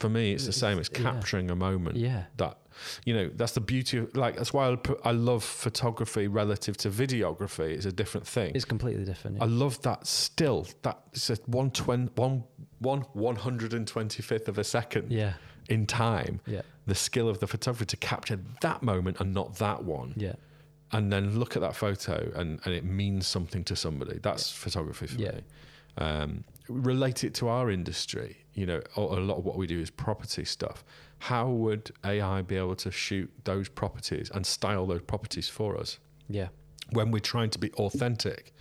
S1: For me, it's the same. It's
S2: It's- yeah.
S1: capturing a moment.
S2: Yeah.
S1: That you know, that's the beauty of like that's why I, put, I love photography relative to videography. It's a different thing.
S2: It's completely different.
S1: I love that still. That it's a one twen- one one one hundred and twenty fifth of a second
S2: yeah.
S1: in time.
S2: Yeah.
S1: The skill of the photographer to capture that moment and not that one.
S2: Yeah.
S1: and then look at that photo and, and it means something to somebody. That's photography for
S2: Yeah.
S1: me. Um, relate it to our industry, you know, a a lot of what we do is property stuff. How would AI be able to shoot those properties and style those properties for us
S2: Yeah.
S1: when we're trying to be authentic?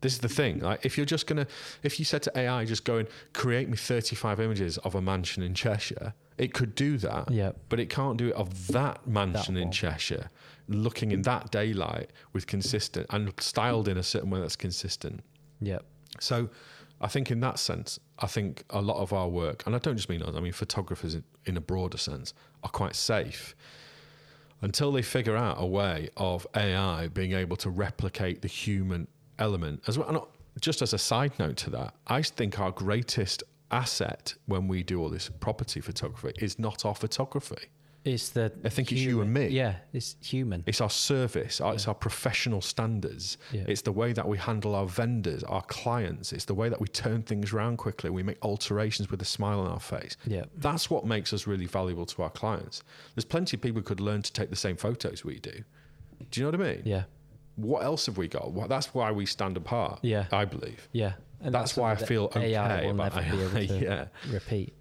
S1: This is the thing. Like, if you're just gonna, if you said to AI, just go and create me 35 images of a mansion in Cheshire, it could do that
S2: Yeah.
S1: but it can't do it of that mansion in
S2: one.
S1: Cheshire, looking in that daylight with consistent and styled in a certain way that's consistent.
S2: Yeah.
S1: So, I think in that sense, I think a lot of our work, and I don't just mean us, I mean photographers in, in a broader sense, are quite safe until they figure out a way of AI being able to replicate the human element as well. And just as a side note to that, I think our greatest asset when we do all this property photography is not our photography.
S2: It's the.
S1: I think it's you and me.
S2: Yeah. It's human.
S1: It's our service, our, it's our professional standards.
S2: Yeah.
S1: It's the way that we handle our vendors, our clients. It's the way that we turn things around quickly. We make alterations with a smile on our face.
S2: Yeah.
S1: That's what makes us really valuable to our clients. There's plenty of people who could learn to take the same photos we do. Do you know what I mean?
S2: Yeah.
S1: What else have we got? Well, that's why we stand apart,
S2: Yeah.
S1: I believe.
S2: Yeah. And
S1: that's, why I
S2: something that
S1: feel okay
S2: AI will
S1: about
S2: never be able
S1: AI.
S2: to
S1: <laughs> yeah.
S2: repeat.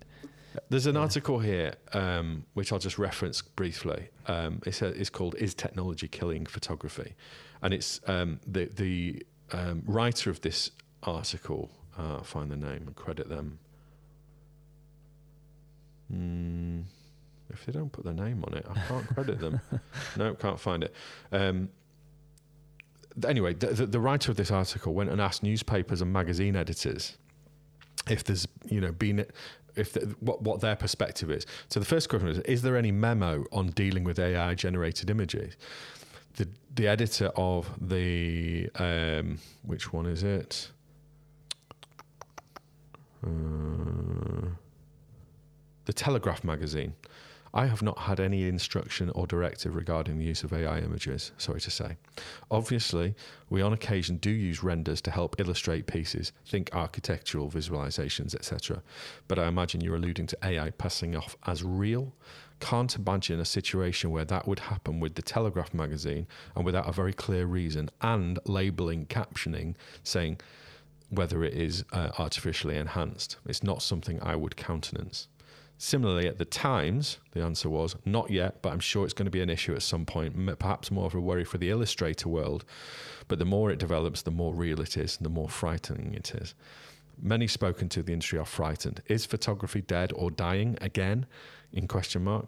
S1: There's an article here um, which I'll just reference briefly. Um, it's, a, it's called "Is Technology Killing Photography?" and it's um, the the um, writer of this article. Uh, I'll find the name and credit them. Hmm, if they don't put their name on it, I can't credit them. no, can't find it. Um, th- anyway, the, the, the writer of this article went and asked newspapers and magazine editors if there's you know been if the, what what their perspective is. So the first question is: Is there any memo on dealing with AI generated images? The the editor of the um, which one is it? Uh, the Telegraph magazine. I have not had any instruction or directive regarding the use of AI images, sorry to say. Obviously, we on occasion do use renders to help illustrate pieces, think architectural visualizations, etc. But I imagine you're alluding to AI passing off as real. Can't imagine a situation where that would happen with the Telegraph magazine and without a very clear reason and labeling, captioning, saying whether it is uh, artificially enhanced. It's not something I would countenance. Similarly, at the Times, the answer was not yet, but I'm sure it's going to be an issue at some point, m- perhaps more of a worry for the illustrator world. But the more it develops, the more real it is, and the more frightening it is. Many spoken to the industry are frightened. Is photography dead or dying again? In question mark.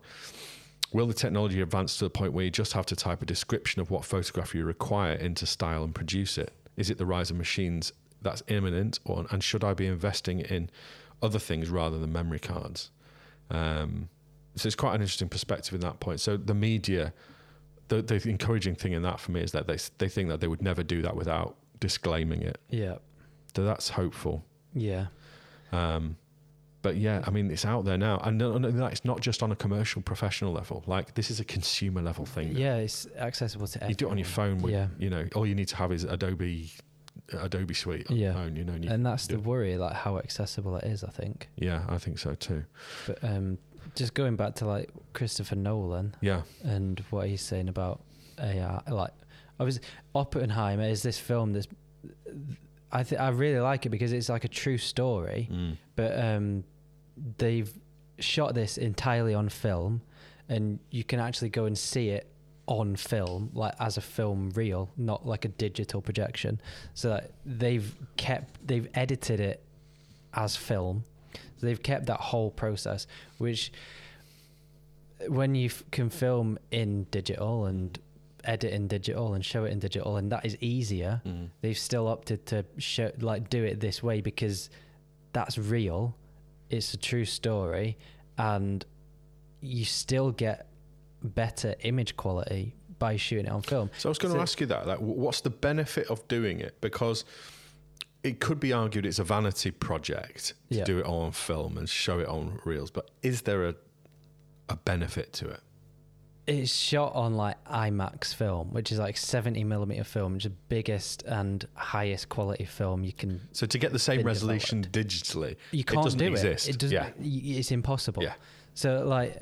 S1: Will the technology advance to the point where you just have to type a description of what photograph you require into style and produce it? Is it the rise of machines that's imminent, or and should I be investing in other things rather than memory cards? Um, so it's quite an interesting perspective in that point. So the media, the, the encouraging thing in that for me is that they they think that they would never do that without disclaiming it.
S2: Yeah.
S1: So that's hopeful.
S2: Yeah.
S1: Um, but yeah, I mean, it's out there now, and no- no- no, it's not just on a commercial professional level. Like this is a consumer level thing. now.
S2: Yeah, it's accessible to everyone.
S1: you do it on your phone. With,
S2: Yeah.
S1: You know, all you need to have is Adobe, Adobe Suite on your
S2: Yeah.
S1: phone. You know, and you,
S2: And that's
S1: do
S2: the
S1: it.
S2: worry, like how accessible it is, I think.
S1: yeah, I think so too.
S2: But um, just going back to like Christopher Nolan
S1: Yeah,
S2: and what he's saying about AI, like I was Oppenheimer is this film that's I th- I really like it because it's like a true story,
S1: Mm.
S2: but um, they've shot this entirely on film, and you can actually go and see it on film, like as a film reel, not like a digital projection. So that they've kept they've edited it as film. So they've kept that whole process, which when you f- can film in digital and edit in digital and show it in digital, and that is easier.
S1: Mm.
S2: They've still opted to show like do it this way because that's real. It's a true story, and you still get better image quality by shooting it on film.
S1: So I was going to
S2: So-
S1: ask you that. Like, wh- what's the benefit of doing it? Because it could be argued it's a vanity project to
S2: Yeah.
S1: do it on film and show it on reels. But is there a a benefit to it?
S2: It's shot on like IMAX film, which is like 70 millimeter film, which is the biggest and highest quality film you can.
S1: So to get the same
S2: Been
S1: resolution digitally,
S2: You can't
S1: it doesn't
S2: do
S1: exist.
S2: it. It doesn't.
S1: Yeah.
S2: y- It's impossible.
S1: Yeah.
S2: So like,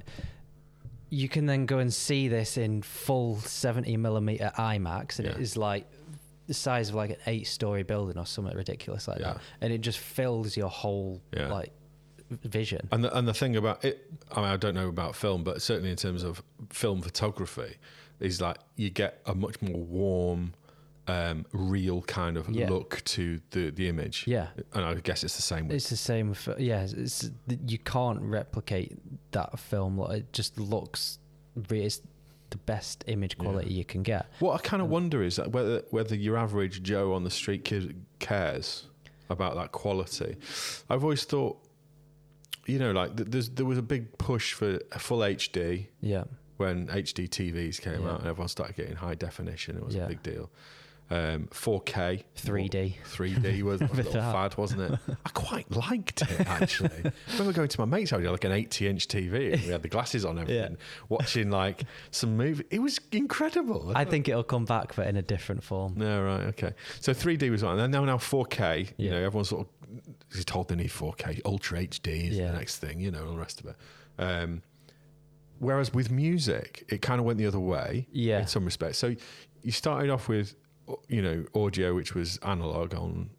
S2: you can then go and see this in full 70 millimeter IMAX, and it
S1: Yeah.
S2: is like the size of like an eight-story building or something ridiculous like
S1: Yeah.
S2: that, and it just fills your whole
S1: Yeah.
S2: like vision.
S1: And the, and the thing about it, I mean, I don't know about film, but certainly in terms of film photography, is like you get a much more warm, um, real kind of
S2: Yeah.
S1: look to the the image.
S2: Yeah.
S1: and I guess it's the same with
S2: It's the same. With, yeah, it's, it's- you can't replicate that film. Like, it just looks. re- It's the best image quality you can get.
S1: What I
S2: Mm.
S1: kind of wonder is that whether whether your average Joe on the street kid cares about that quality. I've always thought, you know, like th- there's, there was a big push for a full HD
S2: Yeah,
S1: when HD TVs came
S2: Yeah.
S1: out and everyone started getting high definition. It was a
S2: Yeah.
S1: big deal. Um, 4K,
S2: 3D.
S1: 3D
S2: <laughs>
S1: was a little
S2: that.
S1: fad, wasn't it? I quite liked it
S2: <laughs>
S1: actually. I remember going to my mate's house, he had like an 80 inch TV, and we had the glasses on, and everything, watching like some movie. It was incredible.
S2: I think it'll come back, but in a different form.
S1: No, right, okay. So 3D was on, and now now 4K. You
S2: Yeah.
S1: know, everyone's sort of is told they need 4K, Ultra HD is
S2: Yeah.
S1: the next thing. You know, and all the rest of it. Um, whereas with music, it kind of went the other way.
S2: Yeah.
S1: in some respects. So you started off with, you know, audio, which was analog on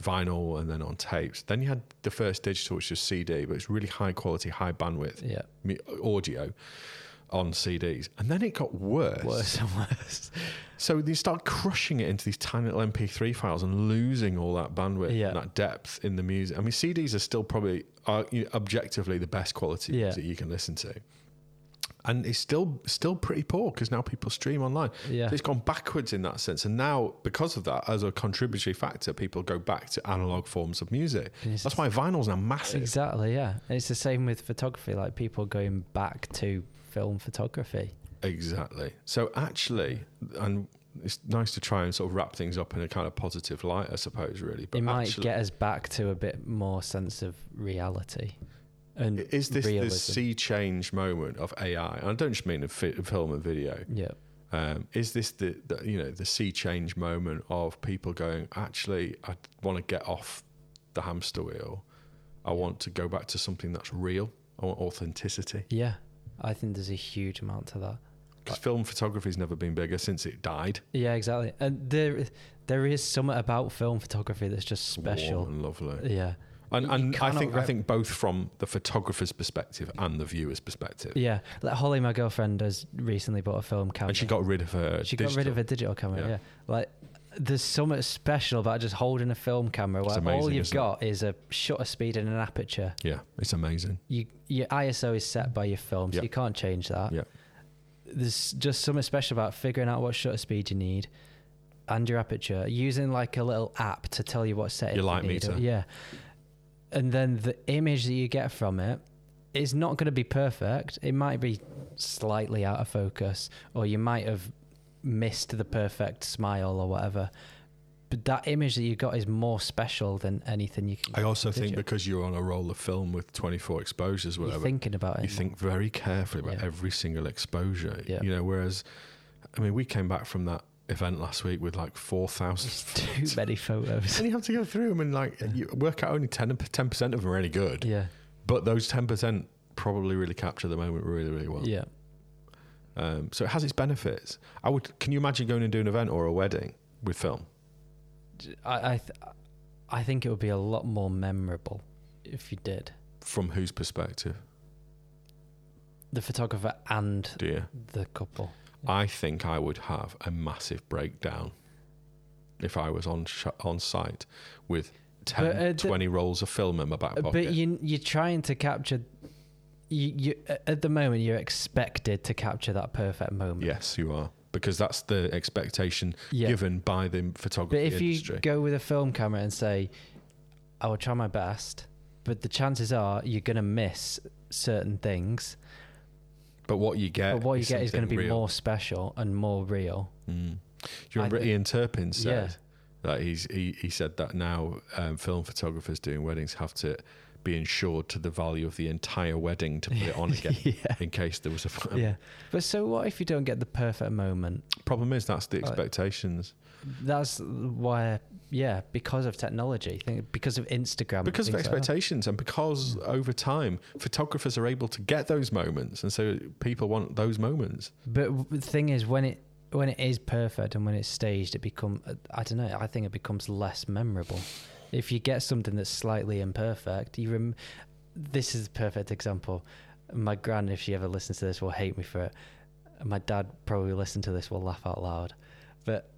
S1: vinyl and then on tapes. Then you had the first digital, which was CD, but it's really high quality, high bandwidth
S2: Yeah.
S1: mu- audio on CDs. And then it got worse.
S2: Worse <laughs> and worse.
S1: So they start crushing it into these tiny little MP3 files and losing all that bandwidth
S2: Yeah.
S1: and that depth in the music. I mean, CDs are still probably are, you know, objectively the best quality
S2: Yeah.
S1: music you can listen to. And it's still still pretty poor because now people stream online.
S2: Yeah.
S1: So it's gone backwards in that sense. And now, because of that, as a contributory factor, people go back to analog forms of music.
S2: And it's-
S1: That's why vinyl's now massive.
S2: Exactly, yeah. And it's the same with photography, like people going back to film photography.
S1: Exactly. So actually, and it's nice to try and sort of wrap things up in a kind of positive light, I suppose, really.
S2: it might
S1: actually-
S2: get us back to a bit more sense of reality. And
S1: is this
S2: realism.
S1: this sea change moment of AI? And I don't just mean of fi- film and video.
S2: yeah.
S1: Um, is this the, the you know the sea change moment of people going? Actually, I want to get off the hamster wheel. I want to go back to something that's real. I want authenticity.
S2: Yeah. I think there's a huge amount to that.
S1: Because film photography's never been bigger since it died.
S2: Yeah, exactly. And there there is something about film photography that's just
S1: Warm
S2: special.
S1: and lovely.
S2: Yeah.
S1: And,
S2: You
S1: and I
S2: cannot
S1: think I
S2: rep-
S1: think both from the photographer's perspective and the viewer's perspective.
S2: Yeah. Like Holly, my girlfriend, has recently bought a film camera.
S1: And she got rid of her.
S2: She got rid
S1: digital.
S2: of a digital camera,
S1: Yeah.
S2: yeah. Like there's something special about just holding a film camera
S1: It's
S2: where all
S1: amazing,
S2: you've
S1: isn't it?
S2: got is a shutter speed and an aperture.
S1: Yeah, it's amazing.
S2: You, your ISO is set by your film, so
S1: Yeah.
S2: you can't change that.
S1: Yeah.
S2: There's just something special about figuring out what shutter speed you need and your aperture, using like a little app to tell you what setting
S1: Your light
S2: you need.
S1: meter.
S2: Yeah. And then the image that you get from it is not going to be perfect. It might be slightly out of focus, or you might have missed the perfect smile or whatever. But that image that you got is more special than anything you can.
S1: I also think
S2: Digital.
S1: because you're on a roll of film with 24 exposures,
S2: You're
S1: whatever,
S2: thinking about it.
S1: you think very carefully about
S2: Yeah.
S1: every single exposure.
S2: Yeah.
S1: You know, whereas, I mean, we came back from that event last week with like
S2: <laughs>
S1: 4,000
S2: It's too many photos.
S1: And you have to go through them and like you work out only 10, percent of them are any good.
S2: <laughs> yeah,
S1: But those 10% probably really capture the moment really, really well.
S2: yeah,
S1: Um, so it has its benefits. I would. Can you imagine going and doing an event or a wedding with film?
S2: I, I, th- I think it would be a lot more memorable if you did
S1: From whose perspective,
S2: the photographer and
S1: dear?
S2: the couple.
S1: I think I would have a massive breakdown if I was on sh- on site with 10,
S2: But, uh, the-
S1: 20 rolls of film in my back pocket.
S2: Uh, But you, you're trying to capture. You, you at the moment you're expected to capture that perfect moment.
S1: yes, you are because that's the expectation
S2: Yeah.
S1: given by the
S2: But
S1: photography
S2: if
S1: industry.
S2: you go with a film camera and say, I will try my best, but the chances are you're going to miss certain things.
S1: but what you get,
S2: but what you get is going to
S1: Uh, something
S2: be
S1: real.
S2: more special and more real.
S1: Mm. Do you
S2: I
S1: remember
S2: think-
S1: Ian Turpin
S2: Yeah.
S1: said that he's he, he said that now um, film photographers doing weddings have to be insured to the value of the entire wedding to put it
S2: <laughs>
S1: on again
S2: yeah.
S1: in case there was a fire.
S2: Yeah. But so what if you don't get the perfect moment?
S1: Problem is that's the
S2: Right.
S1: expectations
S2: That's why, yeah, because of technology, think- because of Instagram,
S1: because of
S2: things like that. Hmm.
S1: expectations and because over time photographers are able to get those moments and so people want those moments.
S2: But w- the thing is, when it when it is perfect and when it's staged, it become uh, I don't know. I think it becomes less memorable. If you get something that's slightly imperfect, you rem- this is a perfect example. My gran, if she ever listens to this, will hate me for it. My dad probably listened to this will laugh out loud, but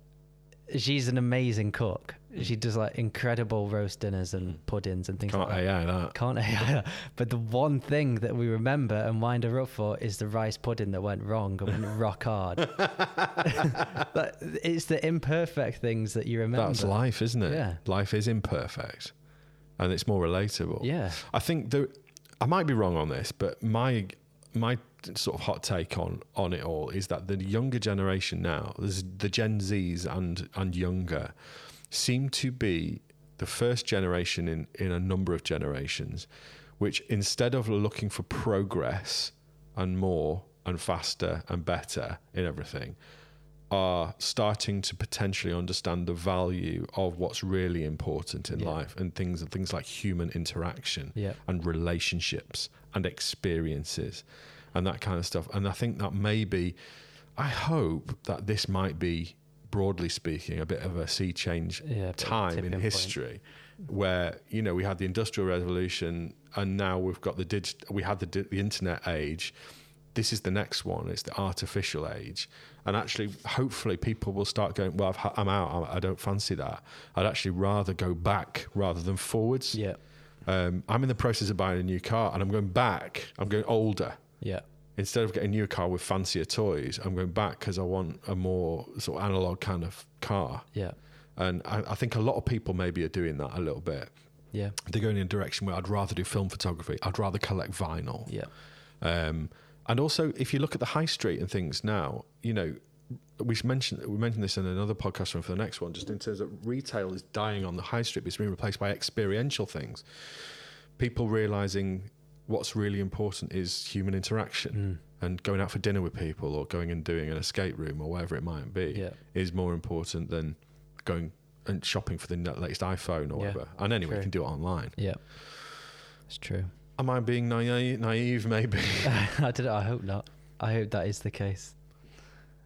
S2: she's an amazing cook. She does like incredible roast dinners and puddings and things
S1: Can't
S2: like that.
S1: AI that.
S2: Can't I? <laughs> but the one thing that we remember and wind her up for is the rice pudding that went wrong
S1: <laughs>
S2: and went rock hard. But it's the imperfect things that you remember.
S1: That's life, isn't it?
S2: Yeah.
S1: Life is imperfect and it's more relatable.
S2: Yeah.
S1: I think the I might be wrong on this, but my my sort of hot take on on it all is that the younger generation now, there's the Gen Zs and and younger, seem to be the first generation in in a number of generations, which instead of looking for progress and more and faster and better in everything. Are starting to potentially understand the value of what's really important in
S2: Yeah.
S1: life and things and things like human interaction
S2: Yeah.
S1: and relationships and experiences and that kind of stuff. And I think that maybe, I hope that this might be, broadly speaking, a bit of a sea change
S2: Yeah. but
S1: time in
S2: tipping point.
S1: history where you know we had the industrial revolution and now we've got the digit we had the, di- the internet age this is the next one it's the artificial age and actually hopefully people will start going well I've ha- i'm out I, I don't fancy that i'd actually rather go back rather than forwards
S2: Yeah.
S1: um, i'm in the process of buying a new car and i'm going back i'm going older
S2: Yeah.
S1: instead of getting a new car with fancier toys i'm going back because i want a more sort of analog kind of car
S2: Yeah.
S1: and I, I think a lot of people maybe are doing that a little bit
S2: Yeah.
S1: they're going in a direction where I'd rather do film photography. I'd rather collect vinyl.
S2: Yeah.
S1: Um, and also, if you look at the high street and things now, you know, we should mention we mentioned this in another podcast one for the next one, just in terms of retail is dying on the high street, but it's being replaced by experiential things. People realizing what's really important is human interaction
S2: Mm.
S1: and going out for dinner with people or going and doing an escape room or wherever it might be
S2: Yeah.
S1: is more important than going and shopping for the latest iPhone or
S2: Yeah,
S1: whatever. And anyway,
S2: true.
S1: you can do it online.
S2: Yeah. It's true. <laughs>
S1: Am I being naive? Naive, maybe.
S2: I don't know. I hope not. I hope that is the case.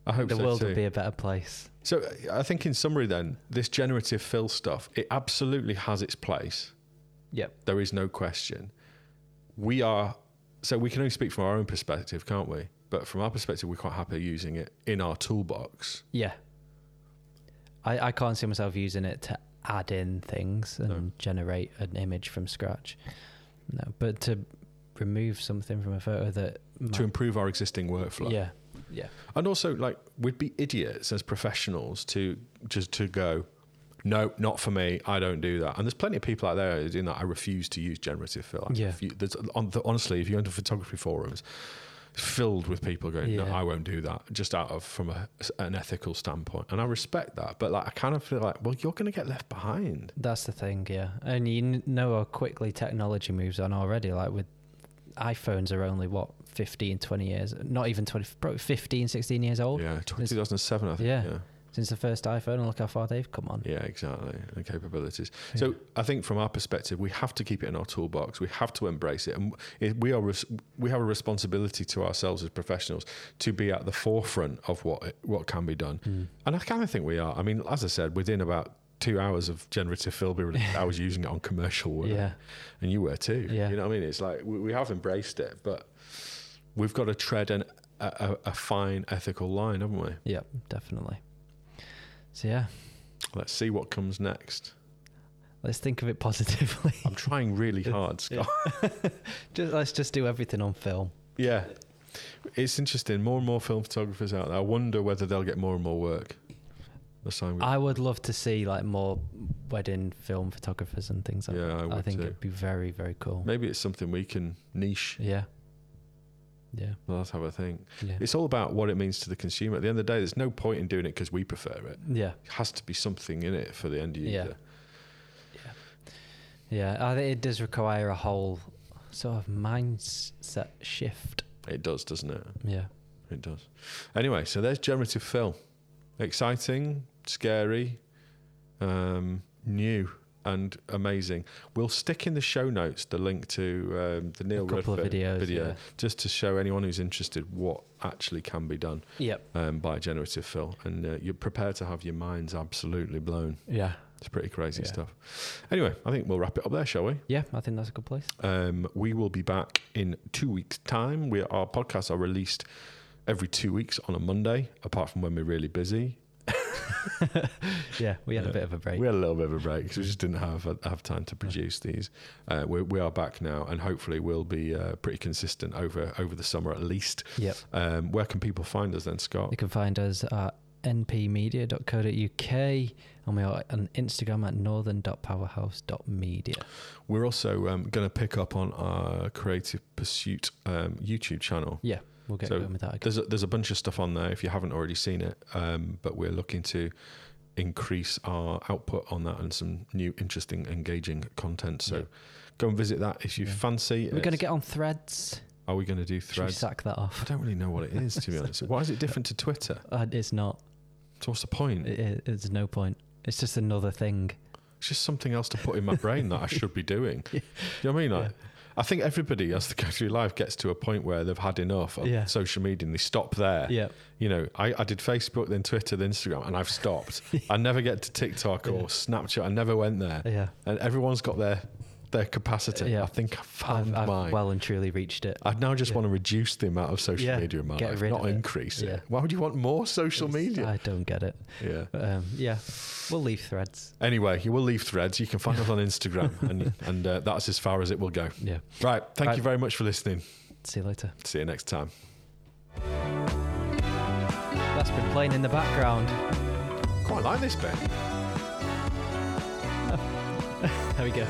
S1: I hope
S2: The
S1: so
S2: world
S1: too.
S2: would be a better place.
S1: so uh, I think, in summary, then this generative fill stuff it absolutely has its place.
S2: Yep.
S1: There is no question. We are so we can only speak from our own perspective, can't we? But from our perspective, we're quite happy using it in our toolbox.
S2: Yeah. I, I can't see myself using it to add in things and
S1: No.
S2: generate an image from scratch. No, but to remove something from a photo that
S1: To
S2: might,
S1: improve our existing workflow,
S2: yeah, yeah,
S1: and also like we'd be idiots as professionals to just to go, no, not for me. I don't do that. And there's plenty of people out there who are doing that. I refuse to use generative fill. I
S2: Yeah.
S1: refu- there's, on, the, honestly, if you go into photography forums, filled with people going, no,
S2: Yeah.
S1: I won't do that, just out of from a, an ethical standpoint. And I respect that, but like I kind of feel like, well, you're going to get left behind.
S2: that's the thing. Yeah, and you kn- know how quickly technology moves on already. Like with iPhones are only what 15, 20 years, not even 20, probably 15, 16 years old
S1: Yeah, 2007, I think.
S2: Yeah.
S1: yeah.
S2: since the first iPhone. And look how far they've come on.
S1: Yeah, exactly. And capabilities. So I think from our perspective, we have to keep it in our toolbox. We have to embrace it, and it, we are res- we have a responsibility to ourselves as professionals to be at the forefront of what what can be done.
S2: Mm.
S1: And I kind of think we are. I mean, as I said, within about two hours of generative film being
S2: <laughs>
S1: released, I was using it on commercial work,
S2: Yeah.
S1: and you were too.
S2: Yeah.
S1: You know what I mean? It's like we, we have embraced it, but we've got to tread an, a, a, a fine ethical line, haven't we?
S2: Yeah, definitely. So yeah,
S1: Let's see what comes next.
S2: let's think of it <laughs> positively.
S1: I'm trying
S2: <laughs>
S1: really hard, Scott.
S2: just, let's just do everything on film.
S1: Yeah. It's interesting. More and more film photographers out there. I wonder whether they'll get more and more work. That's something we-
S2: I would love to see like more wedding film photographers and things like
S1: Yeah, I
S2: that. I
S1: would
S2: think
S1: too.
S2: it'd be very, very cool.
S1: Maybe it's something we can niche.
S2: Yeah. Yeah.
S1: Well, let's have a think.
S2: Yeah.
S1: It's all about what it means to the consumer. At the end of the day, there's no point in doing it because we prefer it.
S2: yeah.
S1: It has to be something in it for the end
S2: Yeah.
S1: user.
S2: Yeah. I think it does require a whole sort of mindset shift.
S1: It does, doesn't it?
S2: Yeah.
S1: It does. Anyway, so there's generative film. Exciting, scary, um, new, and amazing. We'll stick in the show notes the link to um, the Neil
S2: couple of
S1: Redfern
S2: videos,
S1: video
S2: yeah.
S1: just to show anyone who's interested what actually can be done
S2: Yep.
S1: um, by generative film. And uh, you're prepared to have your minds absolutely blown.
S2: Yeah.
S1: It's pretty crazy
S2: Yeah.
S1: stuff. Anyway, I think we'll wrap it up there, shall we?
S2: Yeah. I think that's a good place.
S1: Um, we will be back in two weeks' time. We our podcasts are released every two weeks on a Monday, apart from when we're really busy.
S2: Yeah. We had
S1: Yeah.
S2: a bit of a break.
S1: We had a little bit of a break because we just didn't have uh, have time to produce these. Uh, we, we are back now, and hopefully we'll be uh, pretty consistent over over the summer at least.
S2: Yep.
S1: Um, where can people find us then, Scott?
S2: You can find us at npmedia.co.uk and we are on Instagram at northern.powerhouse.media.
S1: We're also um, going to pick up on our Creative Pursuit um, YouTube channel.
S2: Yeah. We'll get
S1: So
S2: going with that again.
S1: There's a, there's a bunch of stuff on there if you haven't already seen it, um, but we're looking to increase our output on that and some new interesting engaging content. So
S2: Yeah.
S1: go and visit that if you
S2: Yeah.
S1: fancy.
S2: We're going to
S1: It's-
S2: get on threads.
S1: Are we going to do
S2: Should we
S1: threads?
S2: sack that off?
S1: I don't really know what it is to be honest. Why is it different to Twitter?
S2: <laughs> Uh, it's not.
S1: So what's the point?
S2: It, it, it's no point. It's just another thing. <laughs>
S1: It's just something else to put in my brain that I should be doing. Do you know what I mean? Like, I think everybody, as they go through life, gets to a point where they've had enough of
S2: Yeah.
S1: social media and they stop there.
S2: Yeah.
S1: You know, I, I did Facebook, then Twitter, then Instagram, and I've
S2: <laughs>
S1: stopped. I never get to TikTok or Snapchat. I never went there.
S2: Yeah.
S1: And everyone's got their their capacity.
S2: Yeah.
S1: I think I found
S2: I've, I've
S1: mine.
S2: well and truly reached it.
S1: I'd now just want to reduce the amount of social
S2: Yeah,
S1: media in my
S2: get
S1: life,
S2: rid
S1: not
S2: of it.
S1: increase it.
S2: Yeah. Uh,
S1: Why would you want more social media?
S2: I don't get it.
S1: yeah.
S2: But, um, yeah, we'll leave threads.
S1: Anyway, you will leave threads. You can find us on
S2: <laughs>
S1: Instagram, and, and uh, that's as far as it will go.
S2: Yeah.
S1: Right. Thank
S2: Right.
S1: you very much for listening.
S2: See you later.
S1: See you next time.
S2: That's been playing in the background.
S1: Quite like this bit.
S2: There we go.